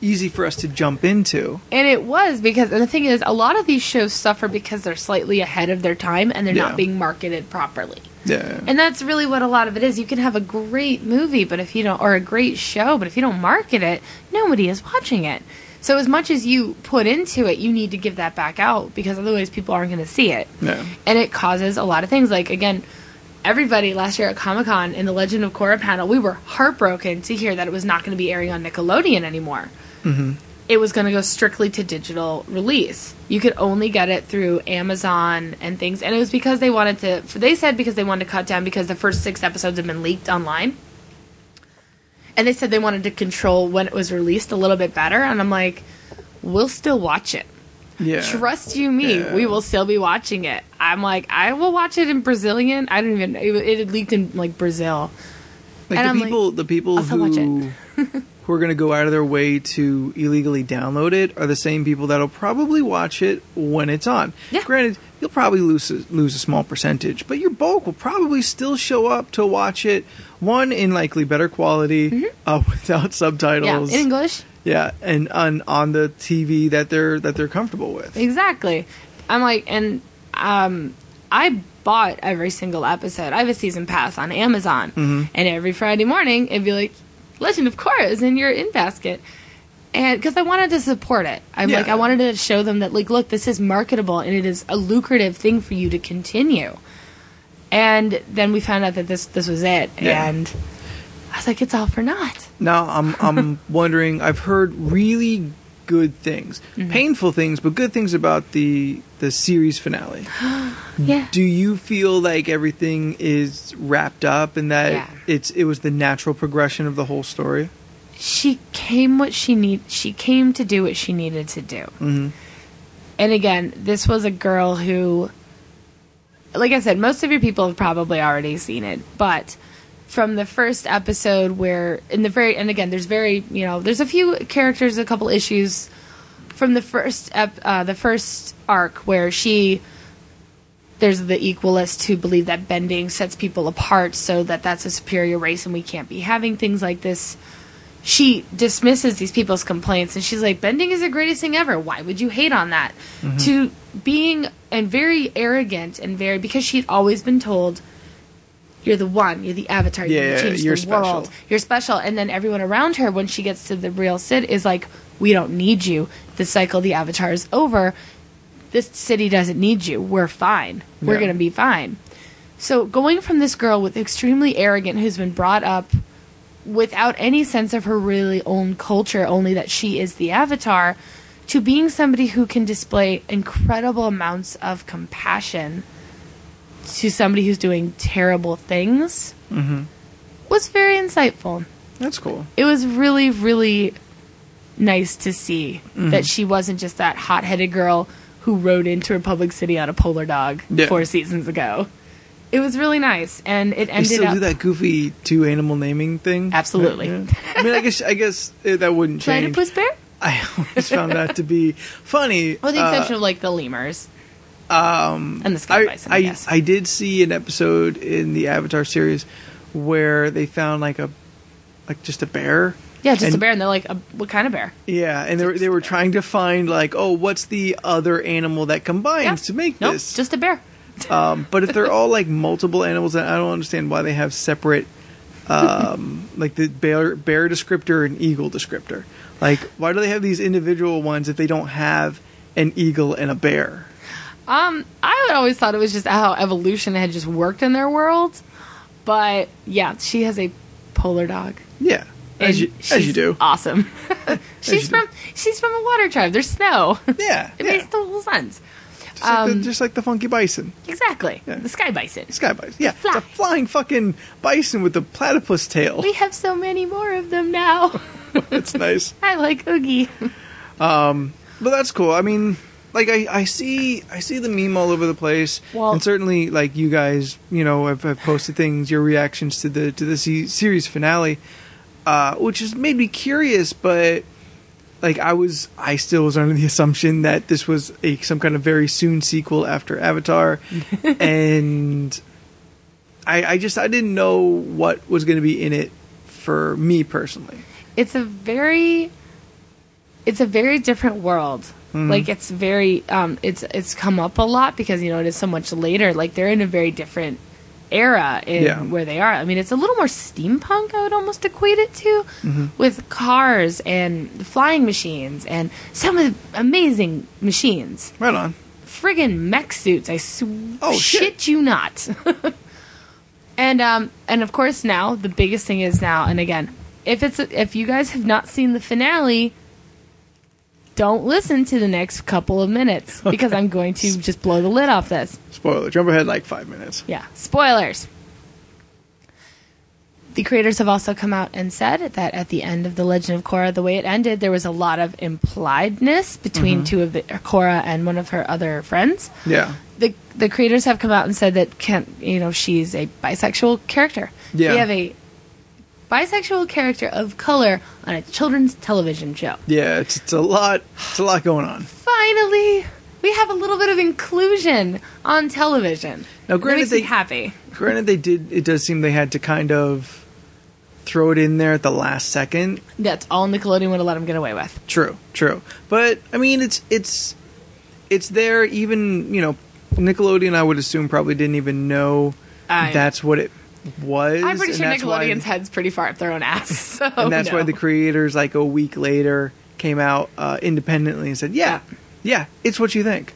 Speaker 1: easy for us to jump into
Speaker 2: And it was because and the thing is, a lot of these shows suffer because they're slightly ahead of their time and they're
Speaker 1: Yeah.
Speaker 2: not being marketed properly.
Speaker 1: yeah
Speaker 2: And that's really what a lot of it is. You can have a great movie, but if you don't, or a great show, but if you don't market it, nobody is watching it. So as much as you put into it, you need to give that back out because otherwise people aren't going to see it.
Speaker 1: Yeah.
Speaker 2: And it causes a lot of things. Like again, everybody last year at Comic Con in the Legend of Korra panel, we were heartbroken to hear that it was not going to be airing on Nickelodeon anymore. it was going to go strictly to digital release. You could only get it through Amazon and things. And it was because they wanted to, they said because they wanted to cut down because the first six episodes had been leaked online. And they said they wanted to control when it was released a little bit better. And I'm like, we'll still watch it.
Speaker 1: Yeah.
Speaker 2: Trust you me,
Speaker 1: Yeah.
Speaker 2: we will still be watching it. I'm like, I will watch it in Brazilian. I don't even, it, it had leaked in like Brazil.
Speaker 1: Like
Speaker 2: And I'm
Speaker 1: the
Speaker 2: like,
Speaker 1: people, the people
Speaker 2: I'll still watch it.
Speaker 1: who
Speaker 2: [laughs]
Speaker 1: who are going to go out of their way to illegally download it are the same people that'll probably watch it when it's on.
Speaker 2: Yeah.
Speaker 1: Granted, you'll probably lose a, lose a small percentage, but your bulk will probably still show up to watch it. One in likely better quality, uh, [laughs] without
Speaker 2: Mm-hmm. Yeah,
Speaker 1: subtitles.
Speaker 2: in English.
Speaker 1: Yeah, and on on the TV that they're that they're comfortable with.
Speaker 2: Exactly. I'm like, and um, I bought every single episode. I have a season pass on Amazon,
Speaker 1: Mm-hmm.
Speaker 2: and every Friday morning it'd be like, Legend of Korra is in your in basket, and because I wanted to support it, I'm
Speaker 1: Yeah.
Speaker 2: like, I wanted to show them that, like, look, this is marketable and it is a lucrative thing for you to continue. And then we found out that this this was it,
Speaker 1: Yeah.
Speaker 2: and I was like, it's all for naught.
Speaker 1: Now I'm
Speaker 2: [laughs]
Speaker 1: I'm wondering. I've heard really good things,
Speaker 2: Mm-hmm.
Speaker 1: painful things, but good things about the the series finale. Mm-hmm.
Speaker 2: Yeah.
Speaker 1: Do you feel like everything is wrapped up and that
Speaker 2: Yeah.
Speaker 1: it's it was the natural progression of the whole story?
Speaker 2: she came what she need she came to do what she needed to do
Speaker 1: Mhm.
Speaker 2: and again this was a girl who like i said most of your people have probably already seen it but from the first episode where in the very and again there's very you know there's a few characters a couple issues from the first ep, uh, the first arc where she there's the equalists who believe that bending sets people apart so that that's a superior race and we can't be having things like this she dismisses these people's complaints and she's like bending is the greatest thing ever why would you hate on that
Speaker 1: Mm-hmm.
Speaker 2: to being and very arrogant and very because she'd always been told you're the one you're the avatar you
Speaker 1: Yeah,
Speaker 2: can change
Speaker 1: you're
Speaker 2: the
Speaker 1: special.
Speaker 2: world you're special and then everyone around her when she gets to the real sid is like we don't need you the cycle of the avatar is over this city doesn't need you we're fine we're
Speaker 1: Yeah.
Speaker 2: going to be fine so going from this girl with extremely arrogant who's been brought up without any sense of her really own culture, only that she is the avatar, to being somebody who can display incredible amounts of compassion to somebody who's doing terrible things was very insightful.
Speaker 1: That's cool.
Speaker 2: It was really, really nice to see
Speaker 1: Mm-hmm.
Speaker 2: that she wasn't just that hot headed girl who rode into Republic City on a polar dog
Speaker 1: Yeah.
Speaker 2: four seasons ago. It was really nice, and it
Speaker 1: They
Speaker 2: ended
Speaker 1: still
Speaker 2: up
Speaker 1: do that goofy two animal naming thing.
Speaker 2: Absolutely.
Speaker 1: Yeah. I mean, I guess I guess uh, that wouldn't change.
Speaker 2: platypus bear.
Speaker 1: I always found that to be
Speaker 2: [laughs]
Speaker 1: funny.
Speaker 2: With the
Speaker 1: Uh,
Speaker 2: exception of like the lemurs. Um, and the sky
Speaker 1: I,
Speaker 2: bison, I,
Speaker 1: I,
Speaker 2: guess.
Speaker 1: I did see an episode in the Avatar series where they found like a like just a bear.
Speaker 2: yeah, just a
Speaker 1: and-
Speaker 2: bear, and they're like, a, what kind of bear?
Speaker 1: Yeah, and they were, they were trying to find like, oh, what's the other animal that combines
Speaker 2: Yeah.
Speaker 1: to make
Speaker 2: nope,
Speaker 1: this?
Speaker 2: just a bear.
Speaker 1: Um, but if they're all like multiple animals, then I don't understand why they have separate, um, [laughs] like the bear bear descriptor and eagle descriptor. Like, why do they have these individual ones if they don't have an eagle and a bear?
Speaker 2: Um, I would always thought it was just how evolution had just worked in their world, but yeah, she has a polar dog.
Speaker 1: Yeah, as you
Speaker 2: and
Speaker 1: as you
Speaker 2: she's
Speaker 1: do. [laughs]
Speaker 2: awesome. [laughs] she's
Speaker 1: you do.
Speaker 2: from she's from a water tribe. There's snow. [laughs]
Speaker 1: Yeah,
Speaker 2: it
Speaker 1: yeah.
Speaker 2: makes total sense.
Speaker 1: Just, like the,
Speaker 2: um,
Speaker 1: just like the funky bison,
Speaker 2: Exactly,
Speaker 1: Yeah.
Speaker 2: the sky bison.
Speaker 1: sky bison. Yeah,
Speaker 2: Fly.
Speaker 1: it's a flying fucking bison with a platypus
Speaker 2: [laughs]
Speaker 1: tail.
Speaker 2: We have so many more of them now. [laughs]
Speaker 1: It's nice.
Speaker 2: I like Oogie.
Speaker 1: But that's cool. I mean, like I, I see I see the meme all over the place,
Speaker 2: Well-
Speaker 1: and certainly like you guys, you know, have, have posted things, your reactions to the to the se- series finale, uh, which has made me curious. But like I was, I still was under the assumption that this was a some kind of very soon sequel after Avatar, and I, I just I didn't know what was going to be in it for me personally.
Speaker 2: it's a very it's a very different world like it's very um it's it's come up a lot because you know it is so much later like they're in a very different era in
Speaker 1: Yeah.
Speaker 2: where they are i mean it's a little more steampunk i would almost equate it to with cars and flying machines and some of the amazing machines
Speaker 1: Right on.
Speaker 2: friggin' mech suits. I sw-
Speaker 1: Oh, shit.
Speaker 2: shit. you not. [laughs] and um and of course now the biggest thing is now and again if it's if you guys have not seen the finale, don't listen to the next couple of
Speaker 1: [laughs]
Speaker 2: minutes because I'm going to just blow the lid off this.
Speaker 1: Spoiler. Jump ahead like five minutes.
Speaker 2: Yeah, spoilers. The creators have also come out and said that at the end of The Legend of Korra, the way it ended, there was a lot of impliedness
Speaker 1: Mm-hmm.
Speaker 2: between two of the, Korra and one of her other friends
Speaker 1: Yeah.
Speaker 2: the the creators have come out and said that Kent, you know, she's a bisexual character.
Speaker 1: Yeah.
Speaker 2: We have a bisexual character of color on a children's television show.
Speaker 1: Yeah. It's, it's a lot. It's a lot going on.
Speaker 2: Finally, we have a little bit of inclusion on television.
Speaker 1: Now,
Speaker 2: That
Speaker 1: granted,
Speaker 2: makes me
Speaker 1: they-
Speaker 2: happy.
Speaker 1: Granted, they did. It does seem they had to kind of throw it in there at the last second.
Speaker 2: That's all Nickelodeon would have let them get away with.
Speaker 1: True, true. But I mean, it's it's it's there. Even you know, Nickelodeon. I would assume probably didn't even know
Speaker 2: I-
Speaker 1: that's what it was.
Speaker 2: I'm pretty
Speaker 1: and
Speaker 2: sure
Speaker 1: that's
Speaker 2: Nickelodeon's
Speaker 1: why,
Speaker 2: head's pretty far up their own ass. [laughs] So
Speaker 1: and that's why
Speaker 2: no.
Speaker 1: the creators, like a week later, came out uh, independently and said, "Yeah, yeah, it's what you
Speaker 2: [laughs]
Speaker 1: think."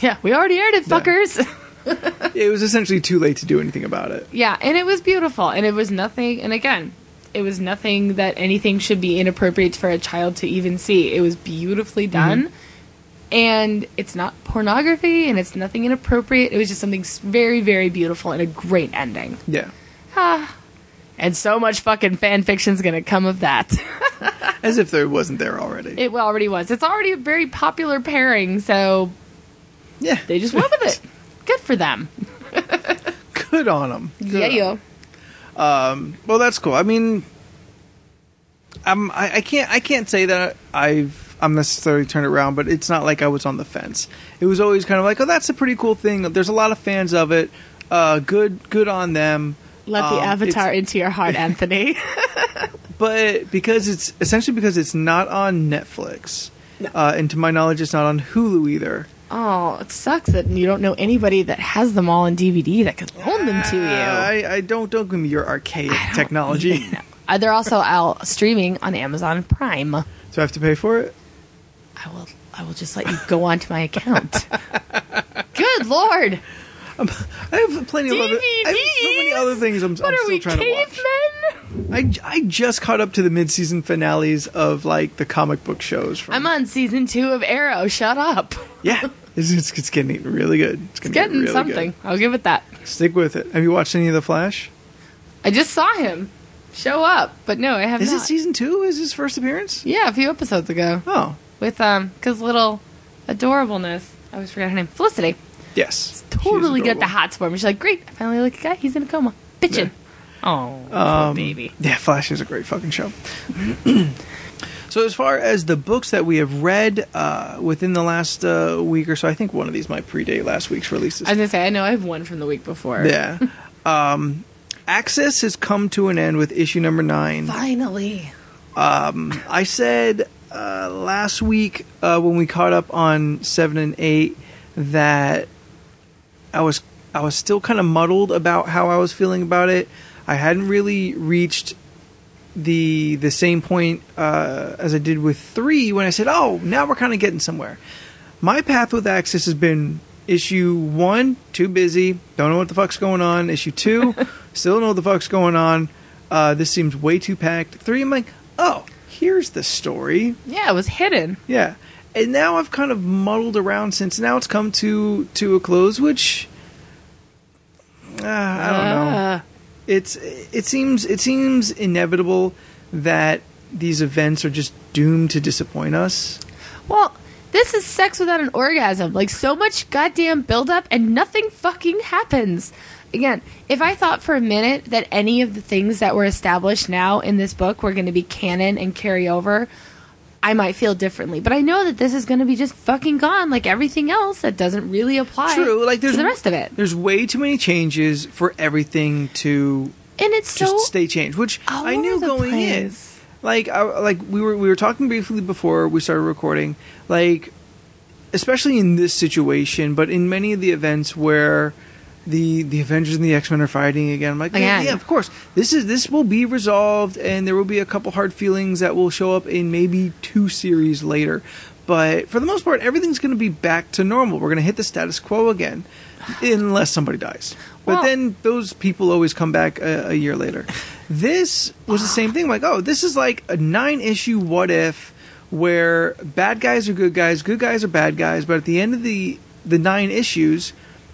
Speaker 2: yeah, we already aired it,
Speaker 1: Yeah.
Speaker 2: fuckers.
Speaker 1: It was essentially too late to do anything about it.
Speaker 2: Yeah, and it was beautiful, and it was nothing. And again, it was nothing that anything should be inappropriate for a child to even see. It was beautifully done, and it's not pornography, and it's nothing inappropriate. It was just something s- very, very beautiful and a great ending.
Speaker 1: Yeah.
Speaker 2: Ah, and so much fucking fan fiction's gonna come of that. [laughs]
Speaker 1: As if there wasn't there already.
Speaker 2: it already was. It's already a very popular pairing, so
Speaker 1: yeah.
Speaker 2: they just went [laughs] with it. Good for them.
Speaker 1: [laughs] Good on them.
Speaker 2: Yeah, yo.
Speaker 1: Well, that's cool. I mean, I'm, I, I can't I can't say that I've I'm necessarily turned around, but it's not like I was on the fence. It was always kind of like, oh, that's a pretty cool thing. There's a lot of fans of it. Uh, good good on them.
Speaker 2: Let the
Speaker 1: Um,
Speaker 2: avatar into your heart, Anthony. [laughs]
Speaker 1: But because it's essentially because it's not on Netflix, uh, and to my knowledge, it's not on Hulu either.
Speaker 2: Oh, it sucks that you don't know anybody that has them all on DVD that could loan them to you.
Speaker 1: I, I don't don't give me your archaic technology.
Speaker 2: Uh, they're also out streaming on Amazon Prime. I
Speaker 1: [laughs] Do I have to pay for it?
Speaker 2: will. I will just let you go [laughs] onto
Speaker 1: [laughs]
Speaker 2: my account. Good lord!
Speaker 1: I have plenty of other. I have so many
Speaker 2: DVDs?
Speaker 1: other things I'm,
Speaker 2: What
Speaker 1: I'm
Speaker 2: are
Speaker 1: still
Speaker 2: we,
Speaker 1: trying to
Speaker 2: cavemen?
Speaker 1: watch. I, I just caught up to the mid-season finales of like the comic book shows. From,
Speaker 2: I'm on season two of Arrow. Shut up.
Speaker 1: Yeah, it's, it's, it's getting really good. It's,
Speaker 2: It's
Speaker 1: gonna get
Speaker 2: getting
Speaker 1: really
Speaker 2: something. I'll give it that.
Speaker 1: good. Stick with it. Have you watched any of the Flash?
Speaker 2: I just saw him show up, but no, I have
Speaker 1: Is
Speaker 2: not.
Speaker 1: it season two? Is his first appearance?
Speaker 2: yeah, a few episodes ago
Speaker 1: Oh
Speaker 2: with um, cause little adorableness. I always forget her name. Felicity.
Speaker 1: yes,
Speaker 2: totally
Speaker 1: She's
Speaker 2: get the
Speaker 1: adorable.
Speaker 2: hot spot. She's like, great, I finally like a guy. He's in a coma, bitching. Oh, poor
Speaker 1: Um,
Speaker 2: baby.
Speaker 1: Yeah, Flash is a great fucking show. [clears throat] so as far as the books that we have read uh, within the last uh, week or so, I think one of these might predate last week's releases.
Speaker 2: I was gonna say, I know I have one from the week before.
Speaker 1: yeah. um, Access has come to an end with issue number nine.
Speaker 2: Finally.
Speaker 1: I said uh, last week uh, when we caught up on seven and eight that I was I was still kind of muddled about how I was feeling about it. I hadn't really reached the the same point uh, as I did with three when I said, "Oh, now we're kind of getting somewhere." My path with Axis has been issue one, too busy, don't know what the fuck's going on. Issue two, still don't know what the fuck's going on. Uh, this seems way too packed. Three, I'm like, oh, here's the story.
Speaker 2: Yeah, it was hidden.
Speaker 1: Yeah, and now I've kind of muddled around since now it's come to to a close, which uh, I don't know
Speaker 2: Uh,
Speaker 1: it's it seems it seems inevitable that these events are just doomed to disappoint us.
Speaker 2: well, this is sex without an orgasm. Like so much goddamn buildup and nothing fucking happens. Again, if I thought for a minute that any of the things that were established now in this book were going to be canon and carry over, I might feel differently. But I know that this is going to be just fucking gone, like everything else that doesn't really apply.
Speaker 1: True, like there's
Speaker 2: to the rest of it, and
Speaker 1: There's way too many changes for everything to
Speaker 2: it's
Speaker 1: just
Speaker 2: so
Speaker 1: stay changed, which
Speaker 2: all
Speaker 1: I knew
Speaker 2: over the
Speaker 1: going
Speaker 2: place.
Speaker 1: in. Like I, like we were we were talking briefly before we started recording, like especially in this situation, but in many of the events where the the Avengers and the X Men are fighting again, I'm like, yeah,
Speaker 2: Again.
Speaker 1: yeah, of course, this is this will be resolved, and there will be a couple hard feelings that will show up in maybe two series later. But for the most part, everything's going to be back to normal. We're going to hit the status quo again, unless somebody dies. But
Speaker 2: Well-
Speaker 1: then those people always come back a, a year later. This was the same thing. Like, oh, this is like a nine issue what if where bad guys are good guys, good guys are bad guys, but at the end of the the nine issues,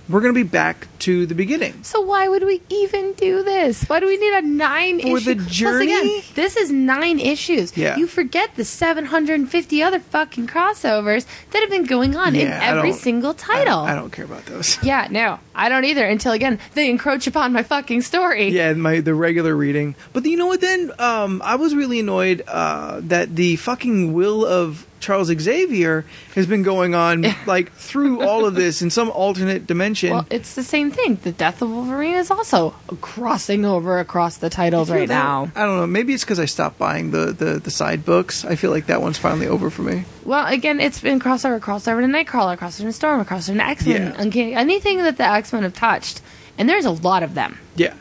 Speaker 1: we're going to be back to the beginning.
Speaker 2: So why would we even do this? Why do we need a nine
Speaker 1: For
Speaker 2: issue?
Speaker 1: the
Speaker 2: Plus, again,
Speaker 1: journey?
Speaker 2: this is nine issues.
Speaker 1: Yeah.
Speaker 2: You forget the 750 other fucking crossovers that have been going on in
Speaker 1: Yeah, I
Speaker 2: every
Speaker 1: don't-
Speaker 2: single
Speaker 1: I
Speaker 2: title.
Speaker 1: don't, I don't care about those. [laughs]
Speaker 2: Yeah, no, I don't either. Until again, they encroach upon my fucking story.
Speaker 1: Yeah, my the regular reading. But you know what? Then um, I was really annoyed uh, that the fucking will of Charles Xavier has been going
Speaker 2: [laughs]
Speaker 1: on like through all of this in some alternate dimension.
Speaker 2: Well, it's the same thing. The death of Wolverine is also crossing over across the titles right now.
Speaker 1: I don't know. Maybe it's because I stopped buying the, the the side books. I feel like that one's finally over for me.
Speaker 2: Well, again, it's been crossover, crossover to Nightcrawler, crossover to Storm, crossover to X Men,
Speaker 1: Yeah.
Speaker 2: Uncanny, anything that the X Men have touched, and there's a lot of them.
Speaker 1: Yeah.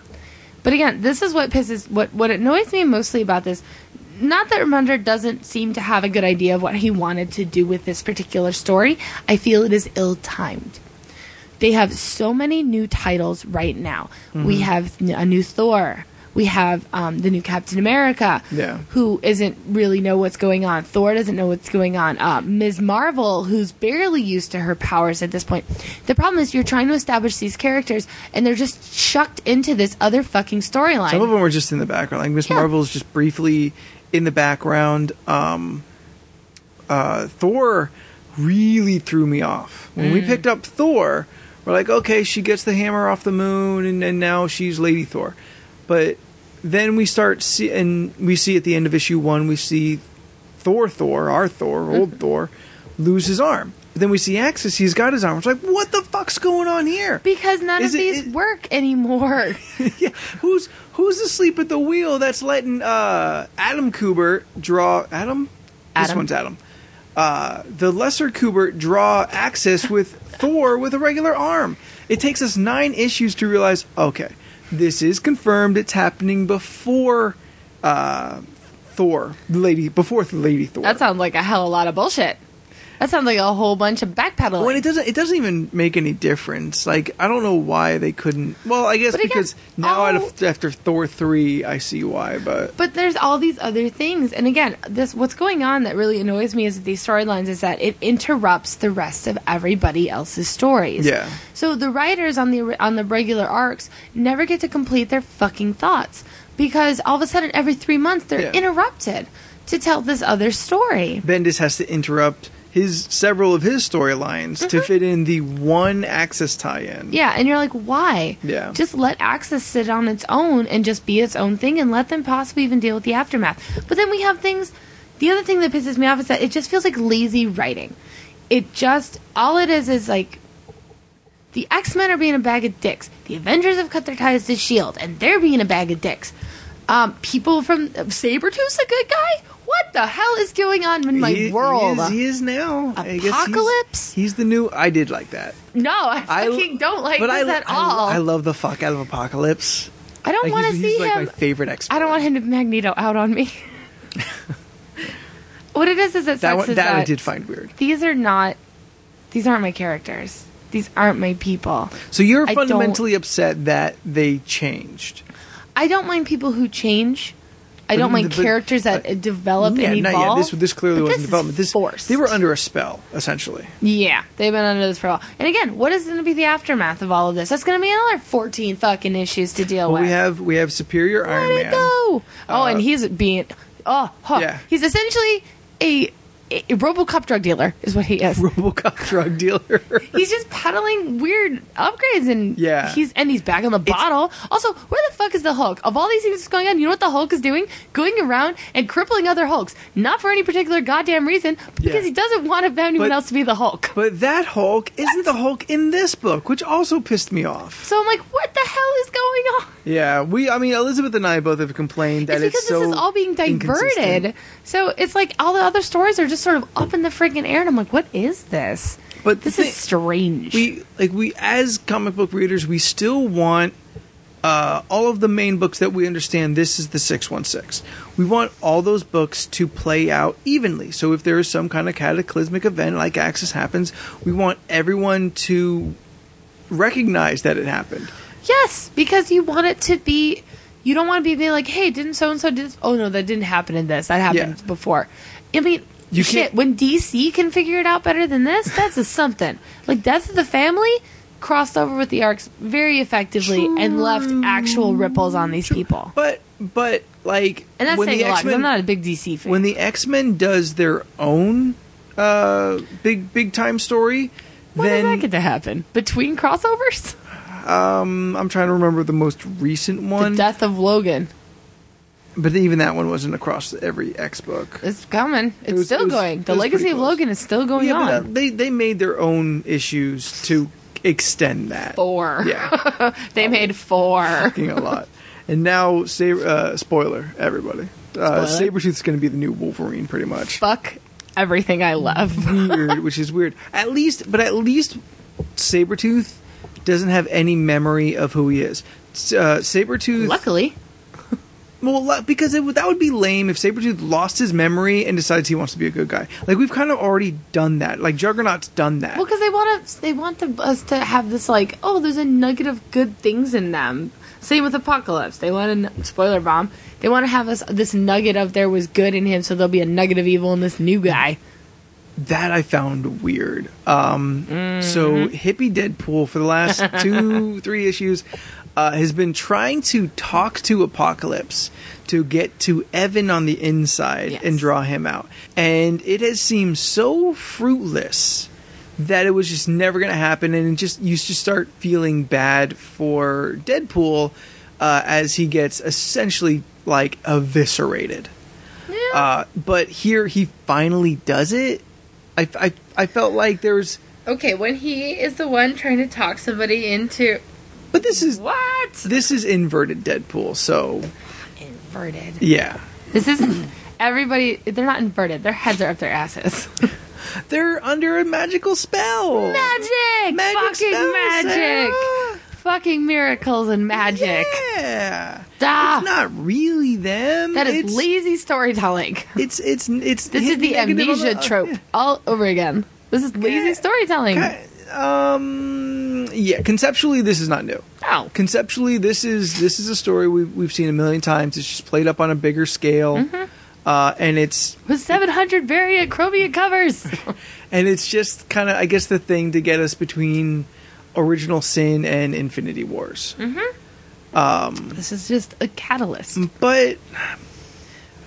Speaker 2: But again, this is what pisses what what annoys me mostly about this. Not that Remender doesn't seem to have a good idea of what he wanted to do with this particular story. I feel it is ill timed. They have so many new titles right now. We have n- a new Thor. We have um, the new Captain America,
Speaker 1: Yeah.
Speaker 2: who isn't really know what's going on. Thor doesn't know what's going on. Uh, Ms. Marvel, who's barely used to her powers at this point. The problem is you're trying to establish these characters, and they're just chucked into this other fucking storyline.
Speaker 1: Some of them were just in the background. Like Miss
Speaker 2: Yeah.
Speaker 1: Marvel's just briefly in the background. Um, uh, Thor really threw me off when we picked up Thor. We're like, okay, she gets the hammer off the moon, and, and now she's Lady Thor. But then we start see, and we see at the end of issue one, we see Thor, Thor, our Thor, old Thor, lose his arm. But then we see Axis; he's got his arm. It's like, what the fuck's going on here?
Speaker 2: because none
Speaker 1: Is
Speaker 2: of
Speaker 1: it-
Speaker 2: these
Speaker 1: it-
Speaker 2: work anymore.
Speaker 1: [laughs] yeah, who's who's asleep at the wheel that's letting uh, Adam Kubert draw Adam? This
Speaker 2: Adam.
Speaker 1: one's Adam. Uh, the lesser Kubert draw Axis with [laughs] Thor with a regular arm. It takes us nine issues to realize. Okay, this is confirmed. It's happening before uh, Thor, lady before Lady Thor.
Speaker 2: that sounds like a hell of a lot of bullshit. That sounds like a whole bunch of backpedaling.
Speaker 1: Well, it doesn't. It doesn't even make any difference. Like I don't know why they couldn't. Well, I guess
Speaker 2: But again,
Speaker 1: because now out
Speaker 2: all-
Speaker 1: of, after Thor three, I see why. But
Speaker 2: But there's all these other things, and again, this what's going on that really annoys me is that these storylines is that it interrupts the rest of everybody else's stories.
Speaker 1: Yeah.
Speaker 2: So the writers on the on the regular arcs never get to complete their fucking thoughts because all of a sudden every three months they're
Speaker 1: Yeah.
Speaker 2: interrupted to tell this other story.
Speaker 1: Bendis has to interrupt his several of his storylines to
Speaker 2: Mm-hmm.
Speaker 1: fit in the one Axis tie-in.
Speaker 2: Yeah, and you're like, why?
Speaker 1: Yeah.
Speaker 2: Just let Access sit on its own and just be its own thing and let them possibly even deal with the aftermath. But then we have things. The other thing that pisses me off is that it just feels like lazy writing. It just. All it is is like. The X Men are being a bag of dicks. The Avengers have cut their ties to S.H.I.E.L.D., E and they're being a bag of dicks. Um, people from. Sabretooth's a good guy? What the hell is going on in my
Speaker 1: He- he
Speaker 2: world?
Speaker 1: is- He is, now. I guess he's-
Speaker 2: Apocalypse?
Speaker 1: He's, the new. I did like that.
Speaker 2: no, I fucking don't like
Speaker 1: but
Speaker 2: this
Speaker 1: I,
Speaker 2: at
Speaker 1: I-
Speaker 2: all.
Speaker 1: I,
Speaker 2: I,
Speaker 1: love the fuck out of Apocalypse.
Speaker 2: don't
Speaker 1: Like,
Speaker 2: want to
Speaker 1: he's,
Speaker 2: see
Speaker 1: he's like
Speaker 2: him.
Speaker 1: my favorite X.
Speaker 2: I don't want him to Magneto out
Speaker 1: [laughs]
Speaker 2: on me. what it is is it sucks
Speaker 1: That one.
Speaker 2: is
Speaker 1: That,
Speaker 2: that
Speaker 1: I did find weird.
Speaker 2: these are not these aren't my characters. These aren't my people.
Speaker 1: So you're
Speaker 2: I don't-
Speaker 1: fundamentally upset that they changed.
Speaker 2: I don't mind people who change. I
Speaker 1: But
Speaker 2: don't
Speaker 1: in
Speaker 2: mind
Speaker 1: the- but-
Speaker 2: characters that uh, develop and
Speaker 1: not
Speaker 2: evolve.
Speaker 1: yet. This this clearly
Speaker 2: but
Speaker 1: wasn't
Speaker 2: this
Speaker 1: development.
Speaker 2: Is
Speaker 1: This
Speaker 2: forced.
Speaker 1: they were under a spell essentially.
Speaker 2: Yeah, they've been under this for a while. And again, what is going to be the aftermath of all of this? That's going to be another fourteen fucking issues to deal
Speaker 1: Well, we
Speaker 2: with.
Speaker 1: have we have superior Iron
Speaker 2: Let
Speaker 1: Man. Uh,
Speaker 2: it go. Oh, and he's being oh, huh.
Speaker 1: Yeah.
Speaker 2: he's essentially a, a RoboCop drug dealer is what he is.
Speaker 1: [laughs] RoboCop drug dealer.
Speaker 2: he's just peddling weird upgrades and
Speaker 1: Yeah.
Speaker 2: he's and he's back on the bottle. Also, where the fuck is the Hulk? Of all these things that's going on, you know what the Hulk is doing? Going around and crippling other Hulks, not for any particular goddamn reason, because
Speaker 1: Yeah.
Speaker 2: he doesn't want anyone
Speaker 1: But-
Speaker 2: else to be the Hulk.
Speaker 1: But that Hulk is isn't the Hulk in this book, which also pissed me off.
Speaker 2: so I'm like, what the hell is going on?
Speaker 1: Yeah, we. I mean, Elizabeth and I both have complained that
Speaker 2: it's
Speaker 1: it's,
Speaker 2: because
Speaker 1: so
Speaker 2: this is all being diverted.
Speaker 1: inconsistent.
Speaker 2: So it's like all the other stories are just sort of up in the freaking air, and I'm like, what is this?
Speaker 1: But
Speaker 2: this
Speaker 1: the
Speaker 2: is
Speaker 1: thing-
Speaker 2: strange.
Speaker 1: We like we as comic book readers, we still want uh, all of the main books that we understand. This is the six one six. We want all those books to play out evenly. So if there is some kind of cataclysmic event like Axis happens, we want everyone to recognize that it happened.
Speaker 2: yes, because you want it to be. You don't want to be being like, hey, didn't so and so do this? Oh no, that didn't happen in this. That happened
Speaker 1: Yeah.
Speaker 2: before. I mean,
Speaker 1: You
Speaker 2: Shit,
Speaker 1: can't-
Speaker 2: when DC can figure it out better than this,
Speaker 1: [laughs]
Speaker 2: that's a something. Like Death of the Family crossed over with the arcs very effectively and left actual ripples on these people.
Speaker 1: But but like
Speaker 2: And that's
Speaker 1: when
Speaker 2: saying
Speaker 1: the
Speaker 2: a lot. 'cause I'm
Speaker 1: X-Men
Speaker 2: not a big DC fan.
Speaker 1: when the X-Men does their own uh big big time story
Speaker 2: when did that
Speaker 1: then
Speaker 2: get to happen? Between crossovers, [laughs]
Speaker 1: um, I'm trying to remember the most recent
Speaker 2: the
Speaker 1: one,
Speaker 2: death of Logan
Speaker 1: but even that one wasn't across every X book.
Speaker 2: is coming. It's
Speaker 1: was-
Speaker 2: still
Speaker 1: it was-
Speaker 2: going. The
Speaker 1: it was
Speaker 2: legacy
Speaker 1: pretty
Speaker 2: of
Speaker 1: close.
Speaker 2: Logan is still going
Speaker 1: Yeah, but
Speaker 2: on.
Speaker 1: that- they they made their own issues to extend that.
Speaker 2: four.
Speaker 1: Yeah,
Speaker 2: they
Speaker 1: [laughs]
Speaker 2: made four.
Speaker 1: fucking a lot. And now, sa- uh, spoiler, everybody. Uh,
Speaker 2: Spoiler.
Speaker 1: Sabretooth's going to be the new Wolverine, pretty much.
Speaker 2: Fuck everything
Speaker 1: [laughs]
Speaker 2: I love.
Speaker 1: weird, which is weird. At least, but at least Sabretooth doesn't have any memory of who he is. S- Uh, Sabretooth.
Speaker 2: Luckily,
Speaker 1: Well, lu- because it, would- that would be lame if Sabretooth lost his memory and decides he wants to be a good guy. Like, we've kind of already done that. Like, Juggernaut's done that.
Speaker 2: well, because they want us, they want the, us to have this like, oh, there's a nugget of good things in them. Same with Apocalypse. They want a n- spoiler bomb. They want to have us this nugget of there was good in him, so there'll be a nugget of evil in this new guy.
Speaker 1: that I found weird. Um, So, Hippie Deadpool, for the last two, three issues, uh, has been trying to talk to Apocalypse to get to Evan on the inside
Speaker 2: Yes.
Speaker 1: and draw him out. And it has seemed so fruitless that it was just never going to happen. And it just you just start feeling bad for Deadpool uh, as he gets essentially like eviscerated. Uh, but here he finally does it. I, I, I felt like there was,
Speaker 2: Okay, when he is the one trying to talk somebody into
Speaker 1: but this is
Speaker 2: what
Speaker 1: this is inverted Deadpool. So
Speaker 2: inverted.
Speaker 1: yeah,
Speaker 2: This isn't everybody. They're not inverted. Their heads are up their asses.
Speaker 1: they're under a magical spell.
Speaker 2: Magic! Fucking
Speaker 1: spell,
Speaker 2: magic!
Speaker 1: Sarah!
Speaker 2: Fucking miracles and magic.
Speaker 1: Yeah,
Speaker 2: Stop!
Speaker 1: it's not really them.
Speaker 2: that is
Speaker 1: it's,
Speaker 2: lazy storytelling.
Speaker 1: It's it's it's
Speaker 2: This is
Speaker 1: hit
Speaker 2: the
Speaker 1: negative on
Speaker 2: amnesia
Speaker 1: the- uh,
Speaker 2: trope all over again. This is lazy
Speaker 1: Yeah.
Speaker 2: storytelling.
Speaker 1: Ki- Um, yeah, conceptually this is not new.
Speaker 2: Oh.
Speaker 1: conceptually this is this is a story we've, we've seen a million times it's just played up on a bigger scale
Speaker 2: Mm-hmm.
Speaker 1: uh, and it's
Speaker 2: With 700 variant
Speaker 1: [laughs]
Speaker 2: Chromia covers.
Speaker 1: and it's just kind of i guess the thing to get us between original sin and infinity wars
Speaker 2: this is just a catalyst.
Speaker 1: Mm. but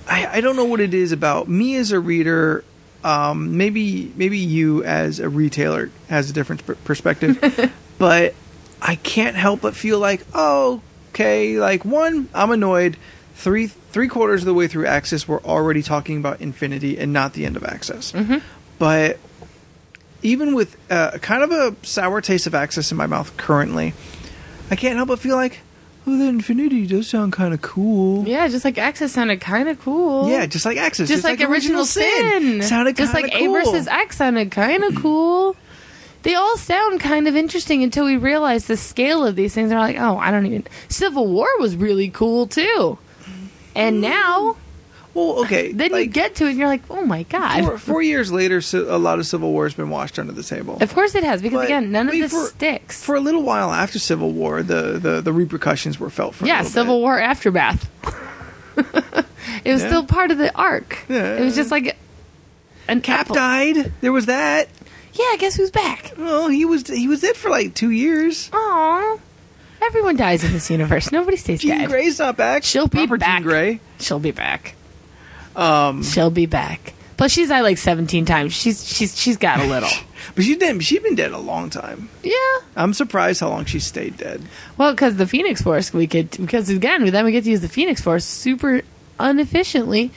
Speaker 1: I, I don't know what it is about me as a reader. Um, maybe maybe you as a retailer has a different per- perspective, but I can't help but feel like oh okay like one I'm annoyed. Three three quarters of the way through Access, we're already talking about Infinity and not the end of Access. But even with uh, kind of a sour taste of Access in my mouth currently, I can't help but feel like oh the Infinity does sound kind of cool.
Speaker 2: Yeah, just like Access sounded kind of cool.
Speaker 1: Yeah, just like Axis.
Speaker 2: just, like, original, sin.
Speaker 1: Sounded
Speaker 2: just
Speaker 1: kinda
Speaker 2: like A versus X sounded kind of cool. They all sound kind of interesting until we realize the scale of these things. They're like, oh, I don't even. Civil War was really cool too, and now
Speaker 1: Well, okay.
Speaker 2: [laughs] then you
Speaker 1: Mm-hmm. like,
Speaker 2: get to it and you're like, oh my god.
Speaker 1: four, four years later, so a lot of Civil War has been washed under the table.
Speaker 2: of course it has because
Speaker 1: But
Speaker 2: again, none of
Speaker 1: wait,
Speaker 2: this
Speaker 1: for-
Speaker 2: sticks.
Speaker 1: For a little while after Civil War, the the, the repercussions were felt. For a
Speaker 2: yeah,
Speaker 1: little
Speaker 2: Civil
Speaker 1: bit.
Speaker 2: War aftermath. [laughs] it was
Speaker 1: Yeah.
Speaker 2: still part of the arc.
Speaker 1: Yeah.
Speaker 2: It was just like an
Speaker 1: Cap
Speaker 2: apple.
Speaker 1: died. There was that.
Speaker 2: Yeah, guess who's back?
Speaker 1: Well, he was he was it for like two years.
Speaker 2: Aw. Everyone dies in this universe. Nobody stays
Speaker 1: Jean
Speaker 2: dead.
Speaker 1: Grey's not back.
Speaker 2: She'll be
Speaker 1: Proper
Speaker 2: back.
Speaker 1: Jean Grey.
Speaker 2: She'll be back. Um, she'll be back. Plus, she's died like seventeen times. She's she's she's got a little.
Speaker 1: [laughs] But she's dead. She's been dead a long time.
Speaker 2: yeah.
Speaker 1: I'm surprised how long she stayed dead.
Speaker 2: Well, because the Phoenix Force, we could because again, then we get to use the Phoenix Force super inefficiently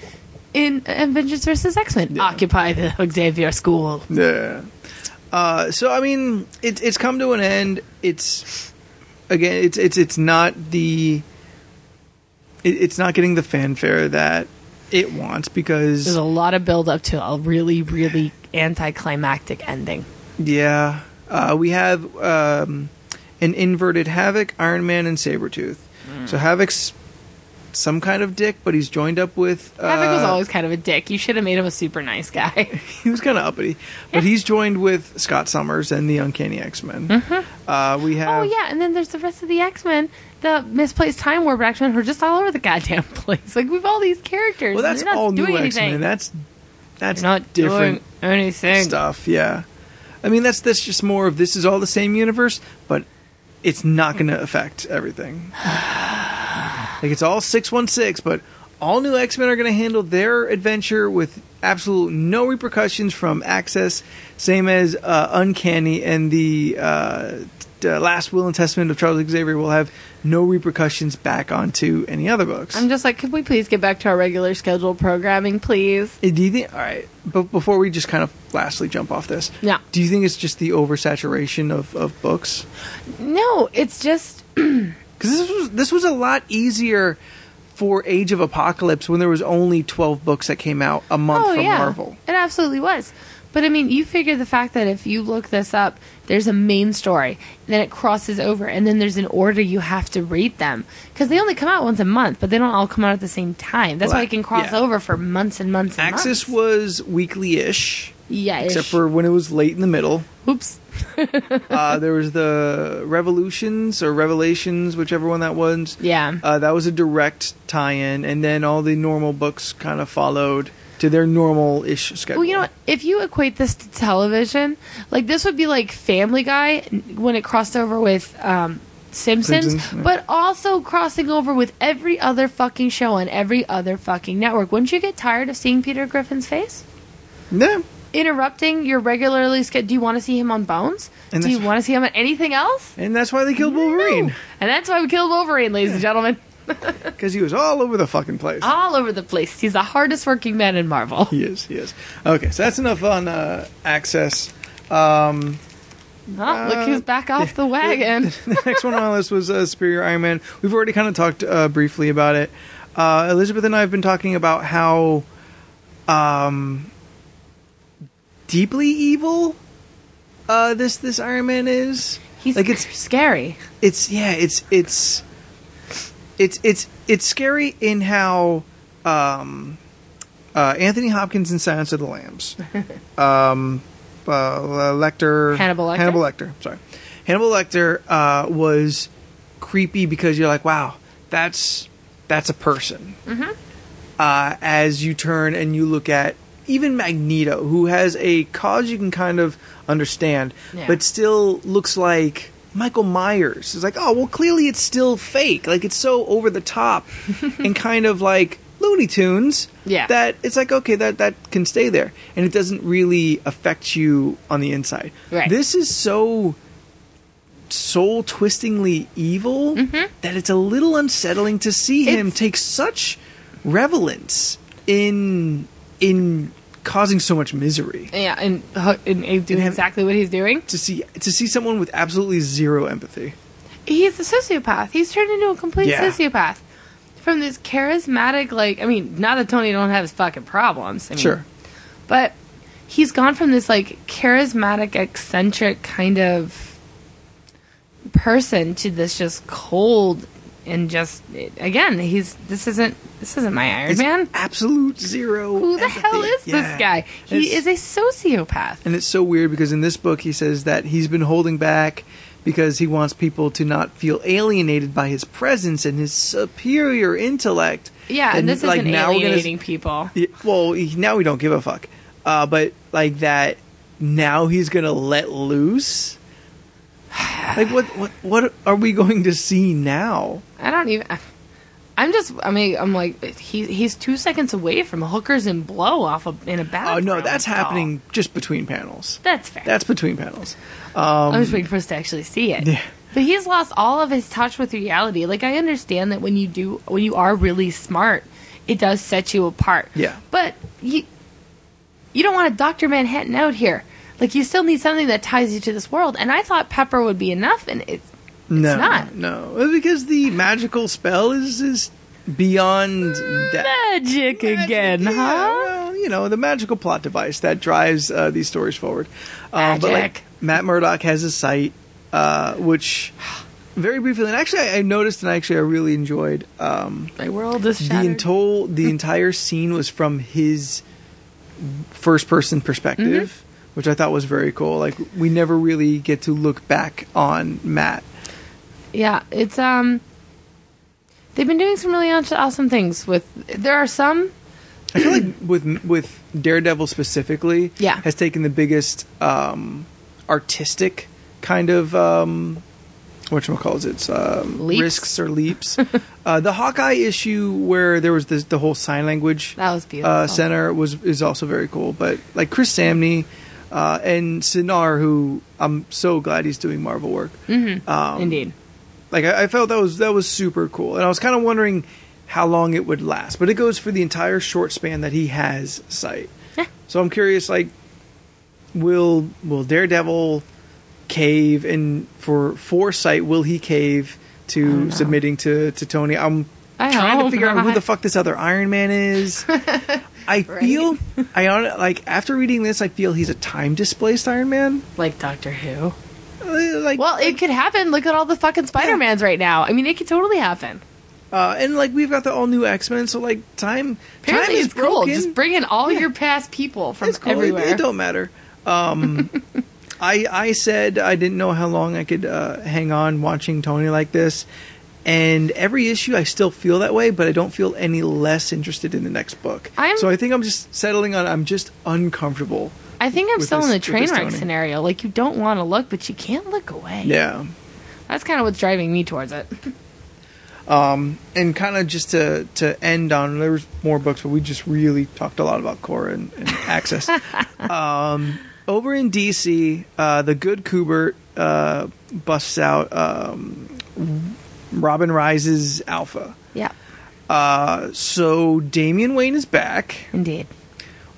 Speaker 2: in Avengers versus X Men. Occupy the Xavier School.
Speaker 1: Yeah. Uh, so I mean, it's it's come to an end. It's again, it's it's it's not the it, it's not getting the fanfare that it wants
Speaker 2: There's
Speaker 1: because
Speaker 2: a lot of build up to a really really anticlimactic ending.
Speaker 1: yeah, uh, we have um, an inverted Havoc, Iron Man, and Sabretooth.
Speaker 2: Mm.
Speaker 1: So Havoc's some kind of dick, but he's joined up with uh,
Speaker 2: Havoc was always kind of a dick. You should have made him a super nice guy. [laughs]
Speaker 1: he was kind of uppity, but he's joined with Scott Summers and the Uncanny X Men. Uh, we have
Speaker 2: Mm-hmm. Oh yeah, and then there's the rest of the X Men, the misplaced Time Warp X Men, [laughs] who are just all over the goddamn place. Like we've all these characters.
Speaker 1: Well, that's
Speaker 2: and they're not
Speaker 1: all new
Speaker 2: doing
Speaker 1: X Men.
Speaker 2: anything.
Speaker 1: That's That's
Speaker 2: You're not
Speaker 1: different
Speaker 2: doing anything.
Speaker 1: stuff. Yeah, I mean that's that's just more of this is all the same universe, but it's not going to affect everything. [sighs] like it's all six one six, but all new X Men are going to handle their adventure with absolute no repercussions from Access, same as uh, Uncanny and the. Uh, t- uh, Last Will and Testament of Charles Xavier will have no repercussions back onto any other books.
Speaker 2: I'm just like, could we please get back to our regular scheduled programming, please?
Speaker 1: Uh, Do you think? All right, but before we just kind of lastly jump off this,
Speaker 2: Yeah.
Speaker 1: Do you think it's just the oversaturation of of books?
Speaker 2: No, it's just
Speaker 1: Because this was this was a lot easier for Age of Apocalypse when there was only twelve books that came out a month
Speaker 2: oh
Speaker 1: from
Speaker 2: yeah,
Speaker 1: Marvel.
Speaker 2: it absolutely was. But I mean, you figure the fact that if you look this up, there's a main story, then it crosses over, and then there's an order you have to read them because they only come out once a month, but they don't all come out at the same time. That's
Speaker 1: Well,
Speaker 2: why it can cross
Speaker 1: yeah.
Speaker 2: over for months and months. And
Speaker 1: Axis
Speaker 2: months.
Speaker 1: was weekly ish,
Speaker 2: yeah,
Speaker 1: except for when it was late in the
Speaker 2: [laughs]
Speaker 1: middle.
Speaker 2: oops,
Speaker 1: uh, there was the Revolutions or Revelations, whichever one that was.
Speaker 2: yeah,
Speaker 1: Uh, that was a direct tie-in, and then all the normal books kind of followed to their normal-ish schedule.
Speaker 2: Well, you know, what? if you equate this to television, like this would be like Family Guy when it crossed over with um, Simpsons,
Speaker 1: Simpsons, yeah.
Speaker 2: but also crossing over with every other fucking show on every other fucking network. Wouldn't you get tired of seeing Peter Griffin's face?
Speaker 1: No.
Speaker 2: Interrupting your regularly scheduled. Do you want to see him on Bones?
Speaker 1: And
Speaker 2: do you
Speaker 1: that's-
Speaker 2: want to see him on anything else?
Speaker 1: And that's why they killed Wolverine.
Speaker 2: No. And that's why we killed Wolverine, ladies and gentlemen.
Speaker 1: Because he was all over the fucking place.
Speaker 2: All over the place. He's the hardest working man in Marvel.
Speaker 1: He is, he is. Okay, so that's enough on uh, access. [laughs]
Speaker 2: Oh,
Speaker 1: uh,
Speaker 2: look who's back off the wagon.
Speaker 1: [laughs] The next one on our list was uh, Superior Iron Man. We've already kind of talked uh, briefly about it. Uh, Elizabeth and I have been talking about how um, deeply evil uh, this this Iron Man is.
Speaker 2: He's
Speaker 1: like it's
Speaker 2: scary.
Speaker 1: it's yeah it's it's it's it's it's scary in how um uh anthony hopkins in silence of the
Speaker 2: [laughs]
Speaker 1: lambs um uh, lecter
Speaker 2: Hannibal Lecter?
Speaker 1: hannibal lecter sorry hannibal lecter uh was creepy because you're like wow that's that's a person uh, as you turn and you look at even Magneto, who has a cause you can kind of understand,
Speaker 2: Yeah.
Speaker 1: but still looks like Michael Myers. It's like, oh, well, clearly it's still fake. Like, it's so over the
Speaker 2: [laughs]
Speaker 1: top and kind of like Looney Tunes
Speaker 2: Yeah.
Speaker 1: that it's like, okay, that, that can stay there. And it doesn't really affect you on the inside.
Speaker 2: Right.
Speaker 1: This is so soul twistingly evil that it's a little unsettling to see him
Speaker 2: Mm-hmm. It's-
Speaker 1: take such revelance in in causing so much misery.
Speaker 2: Yeah, and, ho- and, and doing
Speaker 1: And have-
Speaker 2: exactly what he's doing.
Speaker 1: To see to see someone with absolutely zero empathy.
Speaker 2: He's a sociopath. He's turned into a complete
Speaker 1: Yeah.
Speaker 2: sociopath. From this charismatic, like, I mean, not that Tony don't have his fucking problems. I mean,
Speaker 1: Sure.
Speaker 2: But he's gone from this, like, charismatic, eccentric kind of person to this just cold and just, again, he's, this isn't, this isn't my Iron
Speaker 1: It's
Speaker 2: Man.
Speaker 1: absolute zero.
Speaker 2: Who the
Speaker 1: empathy.
Speaker 2: hell is
Speaker 1: Yeah.
Speaker 2: this guy? He
Speaker 1: It's-
Speaker 2: is a sociopath.
Speaker 1: And it's so weird because in this book he says that he's been holding back because he wants people to not feel alienated by his presence and his superior intellect.
Speaker 2: Yeah, and, this
Speaker 1: like,
Speaker 2: isn't
Speaker 1: now we're gonna-
Speaker 2: alienating people.
Speaker 1: Yeah, well, he- now we don't give a fuck. Uh, but like that, now he's gonna let loose. [sighs] Like what? What? What are we going to see now?
Speaker 2: I don't even. I'm just. I mean, I'm like he. He's two seconds away from hookers and blow off a, in a
Speaker 1: Oh
Speaker 2: bathroom.
Speaker 1: no, that's
Speaker 2: stall.
Speaker 1: happening just between panels.
Speaker 2: That's fair.
Speaker 1: That's between panels.
Speaker 2: I'm just waiting for us to actually see it.
Speaker 1: Yeah.
Speaker 2: But he's lost all of his touch with reality. Like I understand that when you do, when you are really smart, it does set you apart.
Speaker 1: Yeah.
Speaker 2: But you, you don't want a Doctor Manhattan out here. Like you still need something that ties you to this world. And I thought Pepper would be enough, and it's
Speaker 1: No,
Speaker 2: not.
Speaker 1: no, Well, because the magical spell is is beyond
Speaker 2: Mm,
Speaker 1: that.
Speaker 2: magic again,
Speaker 1: Yeah,
Speaker 2: huh?
Speaker 1: well, you know the magical plot device that drives uh, these stories forward. Uh, But
Speaker 2: Magic.
Speaker 1: like, Matt Murdock has a site, uh, which [sighs] very briefly, and actually I, I noticed, and actually I really enjoyed um,
Speaker 2: My world is
Speaker 1: the
Speaker 2: shattered.
Speaker 1: entire
Speaker 2: [laughs]
Speaker 1: the entire scene was from his first person perspective,
Speaker 2: Mm-hmm.
Speaker 1: which I thought was very cool. Like we never really get to look back on Matt.
Speaker 2: Yeah, it's um. They've been doing some really aw- awesome things with. There are some.
Speaker 1: I feel like with with Daredevil specifically
Speaker 2: Yeah.
Speaker 1: has taken the biggest um, artistic kind of um, what calls it um,
Speaker 2: Leaps.
Speaker 1: risks or leaps. [laughs] uh, the Hawkeye issue where there was this, the whole sign language
Speaker 2: That was beautiful.
Speaker 1: uh, center was is also very cool. But like Chris Samney uh, and Sinar, who I'm so glad he's doing Marvel work.
Speaker 2: Mm-hmm.
Speaker 1: Um,
Speaker 2: Indeed.
Speaker 1: Like I, I felt that was that was super cool, and I was kind of wondering how long it would last. But it goes for the entire short span that he has sight.
Speaker 2: Yeah.
Speaker 1: So I'm curious, like, will will Daredevil cave and for foresight will he cave to submitting to to Tony? I'm
Speaker 2: I
Speaker 1: trying to
Speaker 2: hope
Speaker 1: figure out who
Speaker 2: not.
Speaker 1: the fuck this other Iron Man
Speaker 2: [laughs]
Speaker 1: is. I
Speaker 2: Right.
Speaker 1: feel I hon- like after reading this, I feel he's a time displaced Iron Man.
Speaker 2: Like Doctor Who.
Speaker 1: Uh, Like
Speaker 2: Well, it could happen. Look at all the fucking Spider-Mans right now. I mean, it could totally happen.
Speaker 1: Uh, and like we've got the all new X Men, so like time time
Speaker 2: Apparently,
Speaker 1: is
Speaker 2: it's cool.
Speaker 1: broken.
Speaker 2: Just bring in all your past people from
Speaker 1: it's cool. It-
Speaker 2: everywhere.
Speaker 1: It, don't matter.
Speaker 2: [laughs]
Speaker 1: Um, I I said I didn't know how long I could uh, hang on watching Tony like this, and every issue I still feel that way, but I don't feel any less interested in the next book.
Speaker 2: I'm-
Speaker 1: so I think I'm just settling on I'm just uncomfortable.
Speaker 2: I think I'm
Speaker 1: with
Speaker 2: still in
Speaker 1: this-
Speaker 2: the
Speaker 1: with
Speaker 2: train
Speaker 1: this
Speaker 2: wreck
Speaker 1: Tony.
Speaker 2: scenario. Like you don't want to look, but you can't look away.
Speaker 1: Yeah.
Speaker 2: That's kind of what's driving me
Speaker 1: [laughs]
Speaker 2: towards it.
Speaker 1: and kind of just to to end on there was more books but we just really talked a lot about Cora and, and access um over in DC uh the good Kubert uh busts out um Robin Rises Alpha
Speaker 2: Yeah,
Speaker 1: uh so Damian Wayne is back
Speaker 2: indeed.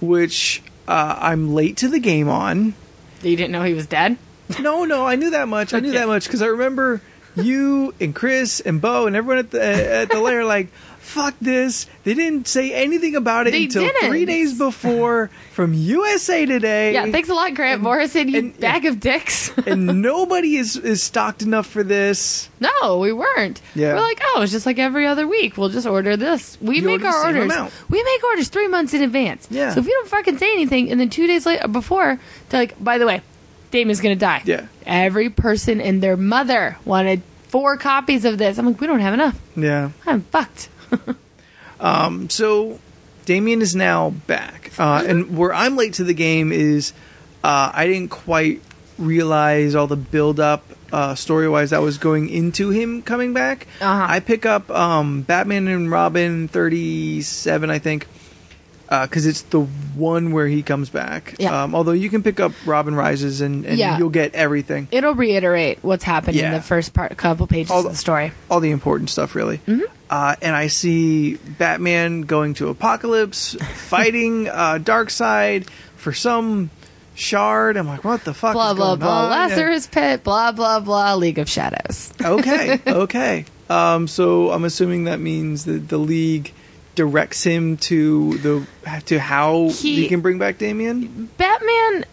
Speaker 1: which uh I'm late to the game on
Speaker 2: You didn't know he was dead.
Speaker 1: no, no, I knew that much. I knew
Speaker 2: Okay.
Speaker 1: that much because I remember you and Chris and Bo and everyone at the at the lair like, "Fuck this!" They didn't say anything about it
Speaker 2: They
Speaker 1: until
Speaker 2: didn't.
Speaker 1: three days before from USA Today.
Speaker 2: Yeah, thanks a lot, Grant Morrison. You
Speaker 1: and-
Speaker 2: bag of dicks. [laughs]
Speaker 1: and nobody is is stocked enough for this.
Speaker 2: no, we weren't.
Speaker 1: Yeah.
Speaker 2: we're like, oh, it's just like every other week. We'll just order this. We
Speaker 1: You order
Speaker 2: make
Speaker 1: the
Speaker 2: our
Speaker 1: same
Speaker 2: orders.
Speaker 1: amount.
Speaker 2: We make orders three months in advance.
Speaker 1: Yeah.
Speaker 2: So if you don't fucking say anything, and then two days later, before, they're like, by the way, Damon's gonna die.
Speaker 1: Yeah.
Speaker 2: Every person and their mother wanted four copies of this. I'm like, we don't have enough.
Speaker 1: Yeah.
Speaker 2: I'm fucked.
Speaker 1: Um, So Damien is now back. Uh, and where I'm late to the game is uh, I didn't quite realize all the build up uh, story wise that was going into him coming back.
Speaker 2: Uh-huh.
Speaker 1: I pick up um, Batman and Robin 37, I think. Because it's the one where he comes back.
Speaker 2: Yeah.
Speaker 1: Um, although you can pick up Robin Rises and, and
Speaker 2: Yeah.
Speaker 1: you'll get everything,
Speaker 2: It'll reiterate what's happened in
Speaker 1: Yeah.
Speaker 2: the first part, couple pages
Speaker 1: All
Speaker 2: of
Speaker 1: the-
Speaker 2: the story.
Speaker 1: all the important stuff, really.
Speaker 2: Mm-hmm.
Speaker 1: Uh, and I see Batman going to
Speaker 2: [laughs]
Speaker 1: Apocalypse, fighting uh, Darkseid for some shard. I'm like, what the fuck?
Speaker 2: Blah
Speaker 1: is
Speaker 2: blah
Speaker 1: going
Speaker 2: blah.
Speaker 1: on?
Speaker 2: Lazarus Pit. Blah blah blah. League of Shadows.
Speaker 1: okay,
Speaker 2: [laughs]
Speaker 1: okay. Um, so I'm assuming that means that the league directs him to the to how
Speaker 2: He-
Speaker 1: he, can bring back Damien.
Speaker 2: Batman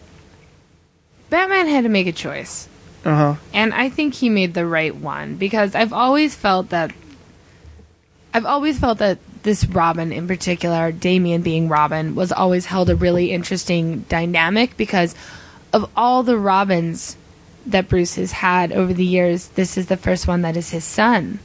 Speaker 2: Batman had to make a choice.
Speaker 1: Uh huh.
Speaker 2: And I think he made the right one because I've always felt that I've always felt that this Robin in particular, Damien being Robin, was always held a really interesting dynamic because of all the Robins that Bruce has had over the years, this is the first one that is his son.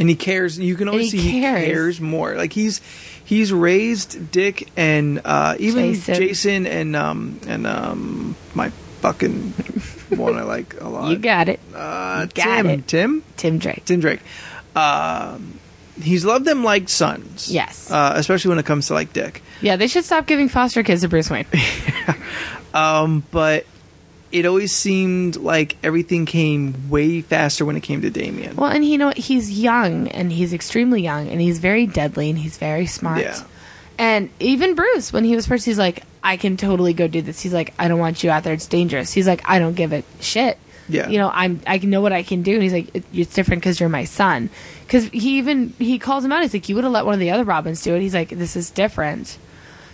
Speaker 1: And he cares. You can always
Speaker 2: he
Speaker 1: see
Speaker 2: cares.
Speaker 1: he cares more. Like he's he's raised Dick and uh, even
Speaker 2: Jason.
Speaker 1: Jason, and um and um my fucking one I like a lot.
Speaker 2: [laughs] You got it.
Speaker 1: uh,
Speaker 2: you got
Speaker 1: Tim.
Speaker 2: it.
Speaker 1: Tim.
Speaker 2: Tim Drake.
Speaker 1: Tim Drake. Um, he's loved them like sons.
Speaker 2: Yes.
Speaker 1: Uh, especially when it comes to like Dick.
Speaker 2: Yeah, they should stop giving foster kids to Bruce Wayne.
Speaker 1: But it always seemed like everything came way faster when it came to Damien.
Speaker 2: Well, and he know he's young and he's extremely young and he's very deadly and he's very smart.
Speaker 1: Yeah.
Speaker 2: And even Bruce, when he was first, he's like, I can totally go do this. He's like, I don't want you out there. It's dangerous. He's like, I don't give a shit.
Speaker 1: Yeah.
Speaker 2: You know, I'm I know what I can do. And he's like, it, it's different because you're my son. Because he even he calls him out. He's like, you would have let one of the other Robins do it. He's like, this is different.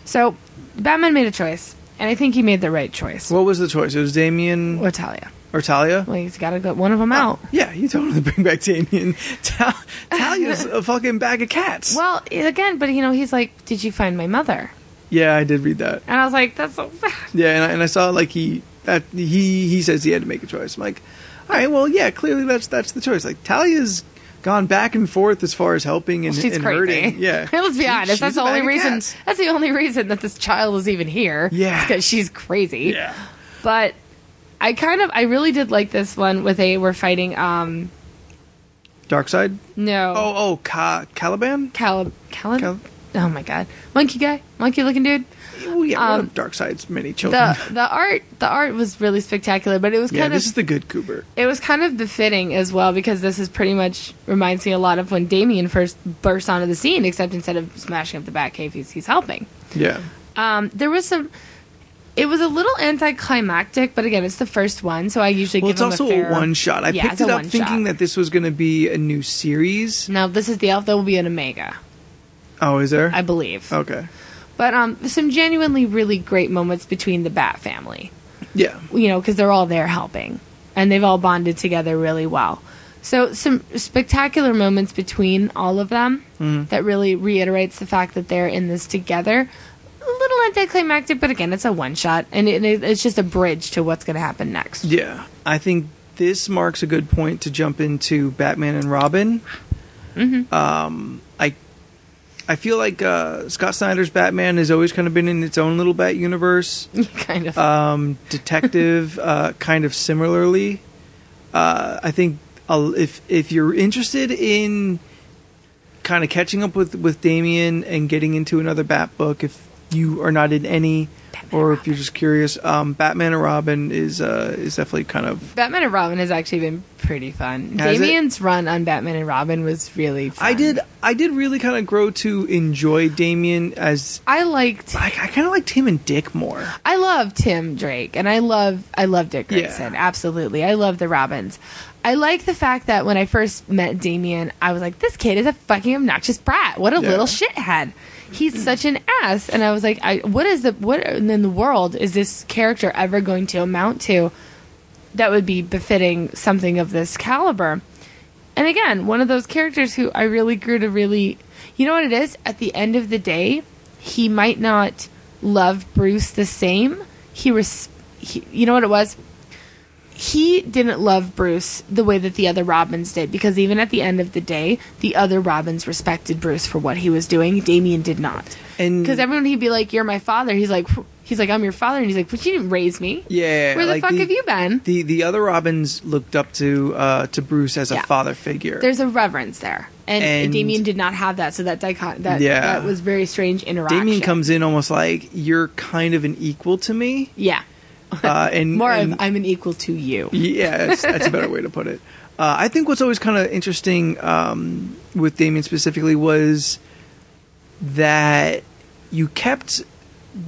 Speaker 2: So Batman made a choice, and I think he made the right choice.
Speaker 1: What was the choice? It was Damien
Speaker 2: Or Talia.
Speaker 1: or Talia?
Speaker 2: Well, he's got to get one of them
Speaker 1: Uh,
Speaker 2: out.
Speaker 1: Yeah, you totally bring back Damien. [laughs] Tal- Talia's a fucking bag of cats.
Speaker 2: Well, again, but you know, he's like, "Did you find my mother?"
Speaker 1: yeah, I did read that.
Speaker 2: And I was like, "That's so [laughs] bad."
Speaker 1: Yeah, and I, and I saw like he that he he says he had to make a choice. I'm like, all right, well, yeah, clearly that's that's the choice. Like Talia's gone back and forth as far as helping and,
Speaker 2: She's
Speaker 1: and
Speaker 2: crazy. [laughs]
Speaker 1: hurting. Yeah,
Speaker 2: Let's be
Speaker 1: She-
Speaker 2: honest.
Speaker 1: she's
Speaker 2: That's
Speaker 1: a
Speaker 2: the only
Speaker 1: bag of
Speaker 2: reason.
Speaker 1: cats.
Speaker 2: That's the only reason that this child is even here.
Speaker 1: Yeah.
Speaker 2: because she's crazy.
Speaker 1: Yeah.
Speaker 2: But I kind of, I really did like this one with a we're fighting. Um,
Speaker 1: Dark side.
Speaker 2: no,
Speaker 1: Oh, oh, Ka- Caliban.
Speaker 2: Calib, Calib.
Speaker 1: Cal-
Speaker 2: oh my god, monkey guy, monkey looking dude.
Speaker 1: Well, yeah, one
Speaker 2: Um,
Speaker 1: of Dark Side's many children.
Speaker 2: The the art, the art was really spectacular, but it was
Speaker 1: yeah,
Speaker 2: kind
Speaker 1: this
Speaker 2: of
Speaker 1: is the good Cooper.
Speaker 2: it was kind of befitting as well because this is pretty much reminds me a lot of when Damien first bursts onto the scene, except instead of smashing up the Batcave, he's he's helping.
Speaker 1: Yeah,
Speaker 2: Um, there was some. It was a little anticlimactic, but again, it's the first one, so I usually
Speaker 1: well,
Speaker 2: give
Speaker 1: it's
Speaker 2: them
Speaker 1: also
Speaker 2: a, fair,
Speaker 1: a one shot. I
Speaker 2: Yeah,
Speaker 1: picked
Speaker 2: it's a
Speaker 1: it up
Speaker 2: one-shot.
Speaker 1: thinking that this was going to be a new series.
Speaker 2: Now this is the elf that will be an Omega,
Speaker 1: Oh, is there?
Speaker 2: I believe.
Speaker 1: okay.
Speaker 2: But um, some genuinely really great moments between the Bat family,
Speaker 1: Yeah.
Speaker 2: you know, because they're all there helping, and they've all bonded together really well. So some spectacular moments between all of them
Speaker 1: Mm-hmm.
Speaker 2: that really reiterates the fact that they're in this together. A little anticlimactic, but again, it's a one shot, and it, it- it's just a bridge to what's going to happen next.
Speaker 1: Yeah, I think this marks a good point to jump into Batman and Robin.
Speaker 2: Mm-hmm.
Speaker 1: Um, I I feel like uh, Scott Snyder's Batman has always kind of been in its own little Bat universe.
Speaker 2: [laughs] kind of.
Speaker 1: Um,
Speaker 2: [laughs]
Speaker 1: detective, uh, kind of similarly. Uh, I think uh, if if you're interested in kind of catching up with with Damien and getting into another Bat book, if you are not in any. or if you're just curious, um, Batman and Robin is uh, is definitely kind of
Speaker 2: Batman and Robin has actually been pretty fun.
Speaker 1: Has it?
Speaker 2: Damien's run on Batman and Robin was really fun.
Speaker 1: I did. I did really kind of grow to enjoy Damien as
Speaker 2: I liked
Speaker 1: I, I kind of liked him and Dick more.
Speaker 2: I love Tim Drake and I love I love Dick
Speaker 1: Yeah.
Speaker 2: Grayson. Absolutely. I love the Robins. I like the fact that when I first met Damien, I was like, this kid is a fucking obnoxious brat. What a
Speaker 1: Yeah.
Speaker 2: little shithead. He's such an ass. And I was like, I, what is the, what in the world is this character ever going to amount to that would be befitting something of this caliber? And again, one of those characters who I really grew to really, you know what it is? At the end of the day, he might not love Bruce the same. He was, he, you know what it was? He didn't love Bruce the way that the other Robins did because even at the end of the day, the other Robins respected Bruce for what he was doing. Damien did not.
Speaker 1: And
Speaker 2: Because everyone he'd be like, "You're my father." He's like, "Phew." he's like, "I'm your father," and he's like, "But you didn't raise me."
Speaker 1: yeah,
Speaker 2: Where the
Speaker 1: like
Speaker 2: fuck have you been?
Speaker 1: The the other Robins looked up to uh, to Bruce as a
Speaker 2: Yeah.
Speaker 1: father figure.
Speaker 2: there's a reverence there, and,
Speaker 1: And-
Speaker 2: Damien did not have that. So that dicot- that
Speaker 1: Yeah.
Speaker 2: that was very strange interaction.
Speaker 1: Damien comes in almost like you're kind of an equal to
Speaker 2: [laughs]
Speaker 1: me,
Speaker 2: yeah,
Speaker 1: uh, and
Speaker 2: more
Speaker 1: and-
Speaker 2: of I'm an equal to you.
Speaker 1: Yeah, that's, that's a better way to put it. Uh, I think what's always kind of interesting um, with Damien specifically was that you kept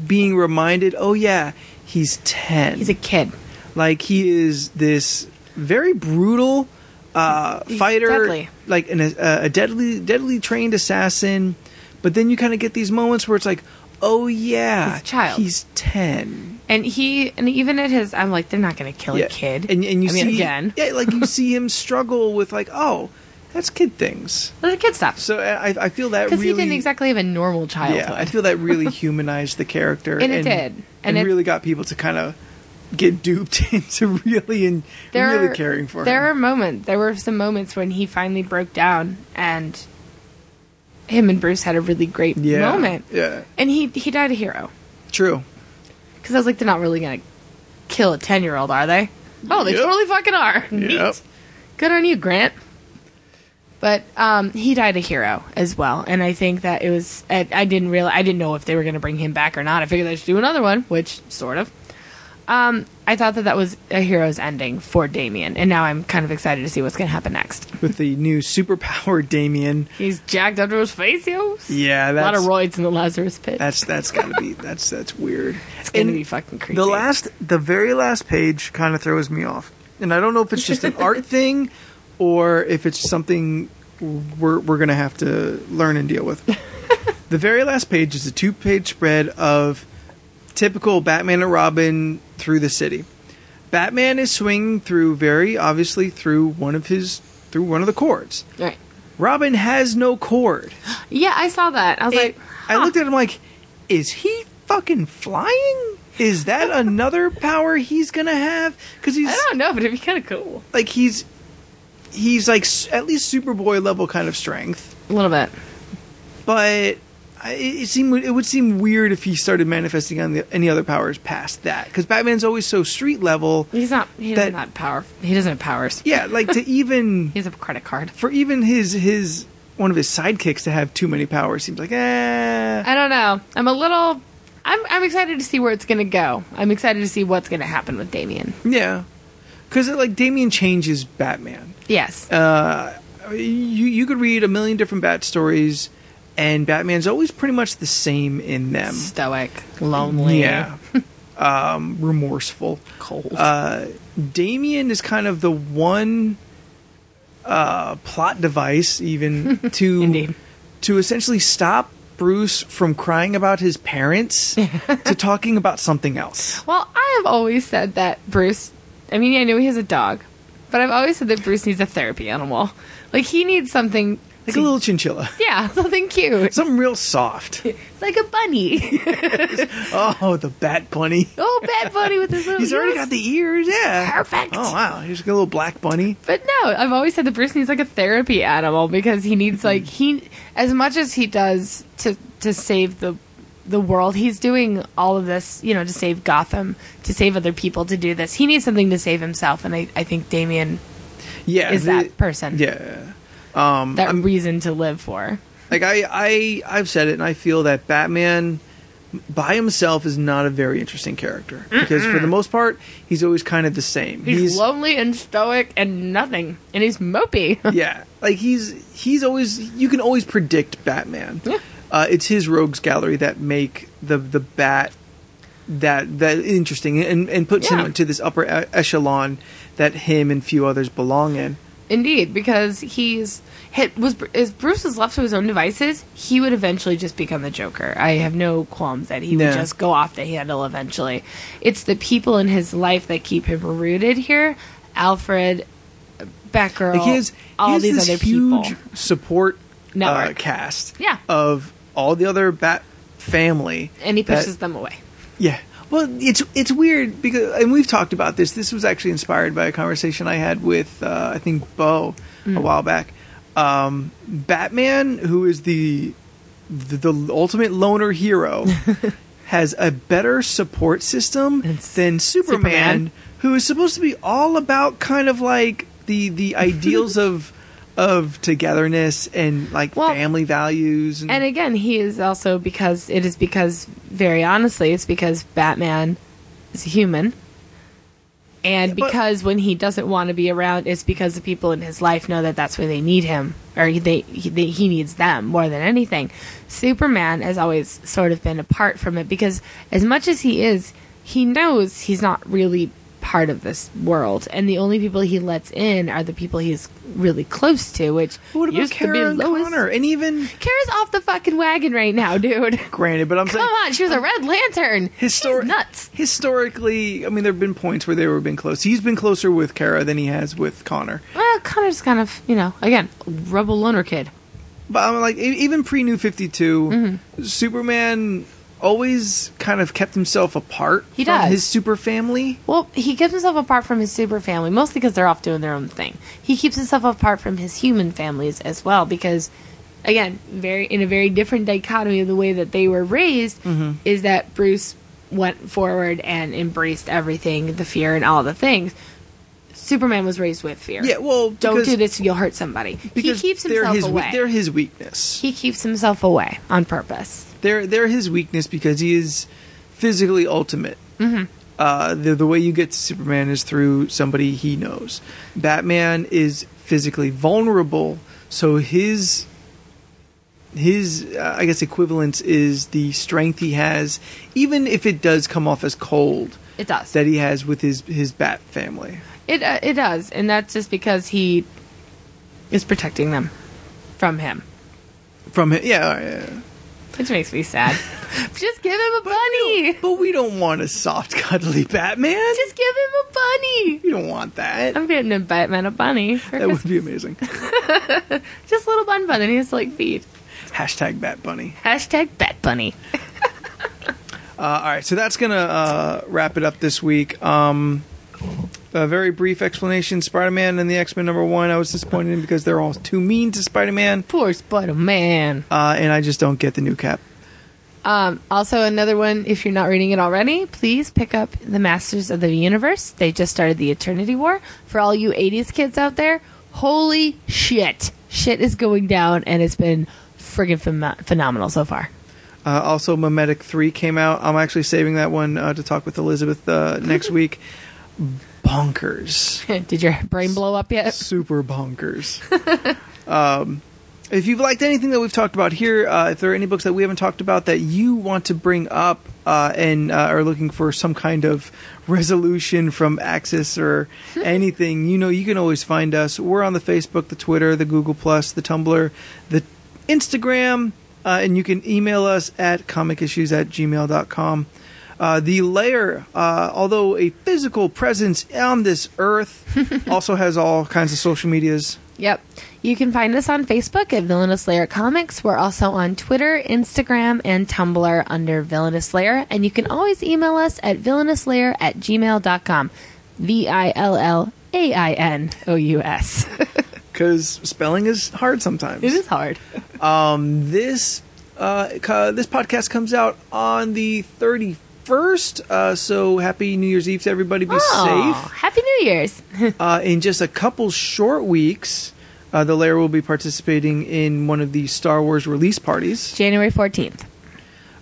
Speaker 1: being reminded, oh yeah, he's ten.
Speaker 2: He's a kid.
Speaker 1: like he is this very brutal uh,
Speaker 2: He's
Speaker 1: fighter,
Speaker 2: deadly.
Speaker 1: like an, a, a deadly, deadly trained assassin. But then you kind of get these moments where it's like, oh yeah,
Speaker 2: He's a child.
Speaker 1: He's ten.
Speaker 2: And he, and even at his, I'm like, they're not going to kill a kid.
Speaker 1: And, and you
Speaker 2: I mean,
Speaker 1: see
Speaker 2: again,
Speaker 1: yeah, like
Speaker 2: [laughs]
Speaker 1: you see him struggle with like, oh, that's kid things.
Speaker 2: That's the kid stuff
Speaker 1: So I, I feel that
Speaker 2: because
Speaker 1: really,
Speaker 2: he didn't exactly have a normal
Speaker 1: [laughs] yeah, I
Speaker 2: childhood.
Speaker 1: feel that
Speaker 2: [laughs]
Speaker 1: really humanized the character,
Speaker 2: And it did.
Speaker 1: and,
Speaker 2: And it-
Speaker 1: really got people to kind of get duped [laughs] into really and really caring for
Speaker 2: there are
Speaker 1: him.
Speaker 2: moments there were some moments when he finally broke down and him and bruce had a really great
Speaker 1: yeah,
Speaker 2: moment
Speaker 1: yeah,
Speaker 2: and he he died a hero
Speaker 1: true.
Speaker 2: because i was like they're not really gonna kill a 10 year old are they oh they
Speaker 1: Yep.
Speaker 2: totally fucking are Neat.
Speaker 1: Yep.
Speaker 2: good on you grant but um, he died a hero as well, and I think that it was. I, I didn't realize. I didn't know if they were going to bring him back or not. I figured they should do another one, which sort of. Um, I thought that that was a hero's ending for Damien, and now I'm kind of excited to see what's going to happen next.
Speaker 1: With the new superpower, [laughs] Damien.
Speaker 2: He's jacked up to his face, yo.
Speaker 1: Yeah,
Speaker 2: a lot
Speaker 1: that's
Speaker 2: of roids in the Lazarus Pit.
Speaker 1: that's that's gotta be that's that's weird.
Speaker 2: It's going to
Speaker 1: And-
Speaker 2: be fucking creepy.
Speaker 1: The last, the very last page kind of throws me off, and I don't know if it's just an art thing or if it's something we're we're gonna have to learn and deal with. the very last page is a two-page spread of typical Batman and Robin through the city. Batman is swinging through very obviously through one of his through one of the cords.
Speaker 2: Right.
Speaker 1: Robin has no cord.
Speaker 2: Yeah, I saw that. I was like,
Speaker 1: It- I looked at him like, is he fucking flying? Is
Speaker 2: [laughs]
Speaker 1: that another power he's gonna have? Because he's
Speaker 2: I don't know, but it'd be kind of cool.
Speaker 1: like he's he's like s- at least Superboy level kind of strength,
Speaker 2: A little bit.
Speaker 1: but I, it it seemed it would seem weird if he started manifesting on the, any other powers past that because Batman's always so street level.
Speaker 2: He's not. He doesn't
Speaker 1: That-
Speaker 2: have power. He doesn't have powers.
Speaker 1: Yeah, like
Speaker 2: [laughs]
Speaker 1: to even
Speaker 2: He has a credit card.
Speaker 1: for even his his one of his sidekicks to have too many powers seems like eh.
Speaker 2: I don't know. I'm a little. I'm I'm excited to see where it's gonna go. I'm excited to see what's gonna happen with Damien.
Speaker 1: Yeah, because like Damien changes Batman.
Speaker 2: Yes.
Speaker 1: Um, You you could read a million different Bat stories, and Batman's always pretty much the same in them.
Speaker 2: Stoic, lonely,
Speaker 1: Yeah, [laughs] um, remorseful.
Speaker 2: cold.
Speaker 1: Uh, Damien is kind of the one uh, plot device, even to
Speaker 2: Indeed.
Speaker 1: to essentially stop Bruce from crying about his parents to talking about something else.
Speaker 2: well, I have always said that Bruce. I mean, I know he has a dog, but I've always said that Bruce needs a therapy animal. Like he needs something.
Speaker 1: Like a little chinchilla,
Speaker 2: [laughs] Yeah, something cute.
Speaker 1: something real soft.
Speaker 2: It's like a bunny. [laughs]
Speaker 1: Oh, the bat bunny.
Speaker 2: oh, bad bunny with his little.
Speaker 1: He's already
Speaker 2: ears.
Speaker 1: got the ears, yeah.
Speaker 2: Perfect.
Speaker 1: Oh wow, he's got a little black bunny.
Speaker 2: But no, I've always said that Bruce needs like a therapy animal because he needs like he as much as he does to to save the the world. He's doing all of this, you know, to save Gotham, to save other people, to do this. He needs something to save himself, and I, I think Damien
Speaker 1: Yeah,
Speaker 2: is
Speaker 1: the-
Speaker 2: that person,
Speaker 1: Yeah,
Speaker 2: that reason to live for.
Speaker 1: like I, I, I've said it, and I feel that Batman by himself is not a very interesting character because for the most part, he's always kind of the same.
Speaker 2: He's, lonely and stoic and nothing, and he's mopey.
Speaker 1: [laughs] yeah, like he's he's always you can always predict Batman.
Speaker 2: Yeah.
Speaker 1: Uh, it's his rogues gallery that make the the bat that that interesting and and puts
Speaker 2: Yeah.
Speaker 1: him into this upper e- echelon that him and few others belong in.
Speaker 2: Indeed, because he's hit was if Bruce was left to his own devices, he would eventually just become the Joker. I have no qualms that he
Speaker 1: No.
Speaker 2: would just go off the handle eventually. It's the people in his life that keep him rooted here. Alfred, Batgirl,
Speaker 1: Like he has
Speaker 2: all
Speaker 1: he has
Speaker 2: these
Speaker 1: this
Speaker 2: other
Speaker 1: huge
Speaker 2: people.
Speaker 1: support uh,
Speaker 2: Network.
Speaker 1: cast.
Speaker 2: Yeah.
Speaker 1: Of all the other Bat family,
Speaker 2: And he
Speaker 1: that-
Speaker 2: pushes them away.
Speaker 1: yeah. Well, it's it's weird because, and we've talked about this. This was actually inspired by a conversation I had with uh, I think Bo
Speaker 2: Mm.
Speaker 1: a while back. Um, Batman, who is the the, the ultimate loner
Speaker 2: [laughs]
Speaker 1: hero, has a better support system
Speaker 2: It's
Speaker 1: than Superman,
Speaker 2: Superman.
Speaker 1: who is supposed to be all about kind of like the the
Speaker 2: [laughs]
Speaker 1: ideals of of togetherness and like
Speaker 2: Well,
Speaker 1: family values and,
Speaker 2: And again, he is also because it is because very honestly, it's because Batman is a human. And
Speaker 1: but-
Speaker 2: because when he doesn't want to be around, it's because the people in his life know that that's when they need him, or they he, they, he needs them more than anything. Superman has always sort of been apart from it because, as much as he is, he knows he's not really part of this world, and the only people he lets in are the people he's really close to, which
Speaker 1: what about
Speaker 2: used to
Speaker 1: Kara
Speaker 2: be
Speaker 1: and
Speaker 2: Lois.
Speaker 1: Connor and even
Speaker 2: Kara's off the fucking wagon right now, dude.
Speaker 1: granted, [laughs] but I'm
Speaker 2: Come
Speaker 1: saying
Speaker 2: on, she was a red lantern.
Speaker 1: Histori-
Speaker 2: She's nuts.
Speaker 1: Historically, I mean, there have been points where they were been close. He's been closer with Kara than he has with Connor.
Speaker 2: Well, Connor's kind of, you know, again, rebel loner kid.
Speaker 1: But I'm like, e- even pre New Fifty
Speaker 2: Mm-hmm.
Speaker 1: Superman always kind of kept himself apart
Speaker 2: He
Speaker 1: from
Speaker 2: does.
Speaker 1: his super family.
Speaker 2: Well, he keeps himself apart from his super family, mostly because they're off doing their own thing. He keeps himself apart from his human families as well, because, again, very in a very different dichotomy of the way that they were raised,
Speaker 1: Mm-hmm.
Speaker 2: is that Bruce went forward and embraced everything, the fear and all the things. Superman was raised with fear.
Speaker 1: Yeah, well,
Speaker 2: Don't
Speaker 1: because-
Speaker 2: do this; you'll hurt somebody. He
Speaker 1: because
Speaker 2: keeps
Speaker 1: they're
Speaker 2: himself
Speaker 1: his, we-
Speaker 2: away.
Speaker 1: They're his weakness.
Speaker 2: he keeps himself away on purpose.
Speaker 1: They're they're his weakness because he is physically ultimate. Uh, the the way you get to Superman is through somebody he knows. Batman is physically vulnerable, so his his uh, I guess equivalence is the strength he has, even if it does come off as cold
Speaker 2: It does.
Speaker 1: that he has with his his Bat family.
Speaker 2: it uh, it does, and that's just because he is protecting them from him,
Speaker 1: From hi- yeah, yeah.
Speaker 2: which makes
Speaker 1: [laughs]
Speaker 2: me sad. just give him a bunny.
Speaker 1: but we don't want a soft, cuddly Batman.
Speaker 2: Just give him a bunny.
Speaker 1: we don't want that.
Speaker 2: I'm getting a Batman a bunny. For
Speaker 1: That would
Speaker 2: Christmas.
Speaker 1: be amazing.
Speaker 2: Just a little bun bun that he has to like feed.
Speaker 1: Hashtag Bat Bunny.
Speaker 2: Hashtag Bat Bunny.
Speaker 1: Uh, all right, so that's gonna uh, wrap it up this week. Um, a very brief explanation Spider Man and the X Men number one, I was disappointed in because they're all too mean to Spider Man,
Speaker 2: Poor Spider Man.
Speaker 1: uh, and I just don't get the new cap.
Speaker 2: Um, also, another one, if you're not reading it already, please pick up The Masters of the Universe. They just started the Eternity War. For all you 80s kids out there, holy shit. Shit is going down, and it's been friggin' phenom- phenomenal so far. [laughs]
Speaker 1: Uh, also, Memetic 3 came out. I'm actually saving that one uh, to talk with Elizabeth uh, next week. Bonkers.
Speaker 2: Did your brain blow up yet?
Speaker 1: super bonkers. um, if you've liked anything that we've talked about here, uh, if there are any books that we haven't talked about that you want to bring up uh, and uh, are looking for some kind of [laughs] resolution from Axis or anything, you know, you can always find us. We're on the Facebook, the Twitter, the Google Plus, the Tumblr, the Instagram, uh, and you can email us at comicissues at gmail.com. Uh, the layer, uh, although a physical presence on this earth, also has all kinds of social medias.
Speaker 2: Yep. You can find us on Facebook at Villainous Layer Comics. We're also on Twitter, Instagram, and Tumblr under Villainous Layer. And you can always email us at villainouslayer at gmail.com. V I L L A I N O U S.
Speaker 1: because spelling is hard sometimes.
Speaker 2: [laughs]
Speaker 1: Um,
Speaker 2: It is hard.
Speaker 1: This uh, co- this podcast comes out on the thirty first, uh, so happy New Year's Eve to everybody. Be
Speaker 2: [laughs] Oh, Happy New Year's. [laughs]
Speaker 1: safe. Uh, in just a couple short weeks, uh, the layer will be participating in one of the Star Wars release parties,
Speaker 2: January 14th.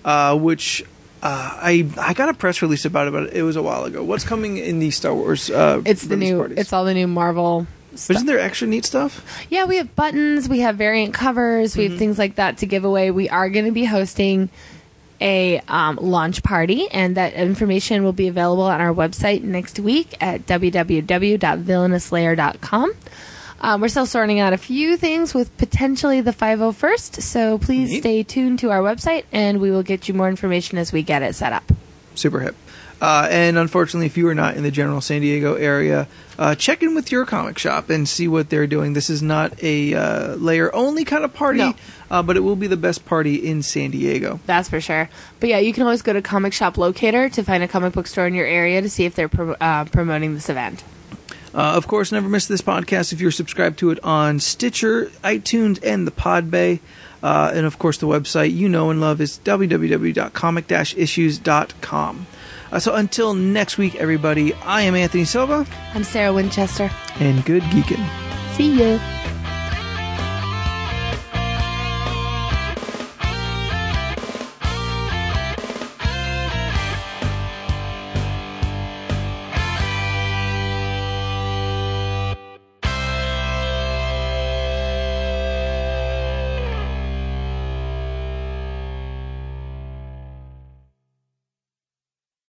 Speaker 1: uh, which. Uh, I I got a press release about it, but it was a while ago. What's coming in the Star Wars? Uh,
Speaker 2: It's the
Speaker 1: release
Speaker 2: new,
Speaker 1: Parties?
Speaker 2: it's all the new Marvel stuff.
Speaker 1: Isn't there extra neat stuff?
Speaker 2: Yeah, we have buttons, we have variant covers, we have things like that to give away. We are going to be hosting a um, launch party, and that information will be available on our website next week at www.villainouslayer.com. Um, we're still sorting out a few things with potentially the 501st, so please
Speaker 1: Neat.
Speaker 2: stay tuned to our website, and we will get you more information as we get it set up.
Speaker 1: Super hip. Uh, and unfortunately, if you are not in the general San Diego area, uh, check in with your comic shop and see what they're doing. This is not a uh, layer only kind of party,
Speaker 2: No.
Speaker 1: uh, but it will be the best party in San Diego.
Speaker 2: That's for sure. But yeah, you can always go to Comic Shop Locator to find a comic book store in your area to see if they're pro- uh, promoting this event.
Speaker 1: Uh, of course, never miss this podcast if you're subscribed to it on Stitcher, iTunes, and the Podbay. Uh, and of course, the website you know and love is www.comic-issues.com. Uh, so until next week, everybody, I am Anthony Silva,
Speaker 2: I'm Sarah Winchester.
Speaker 1: and good geeking.
Speaker 2: See you.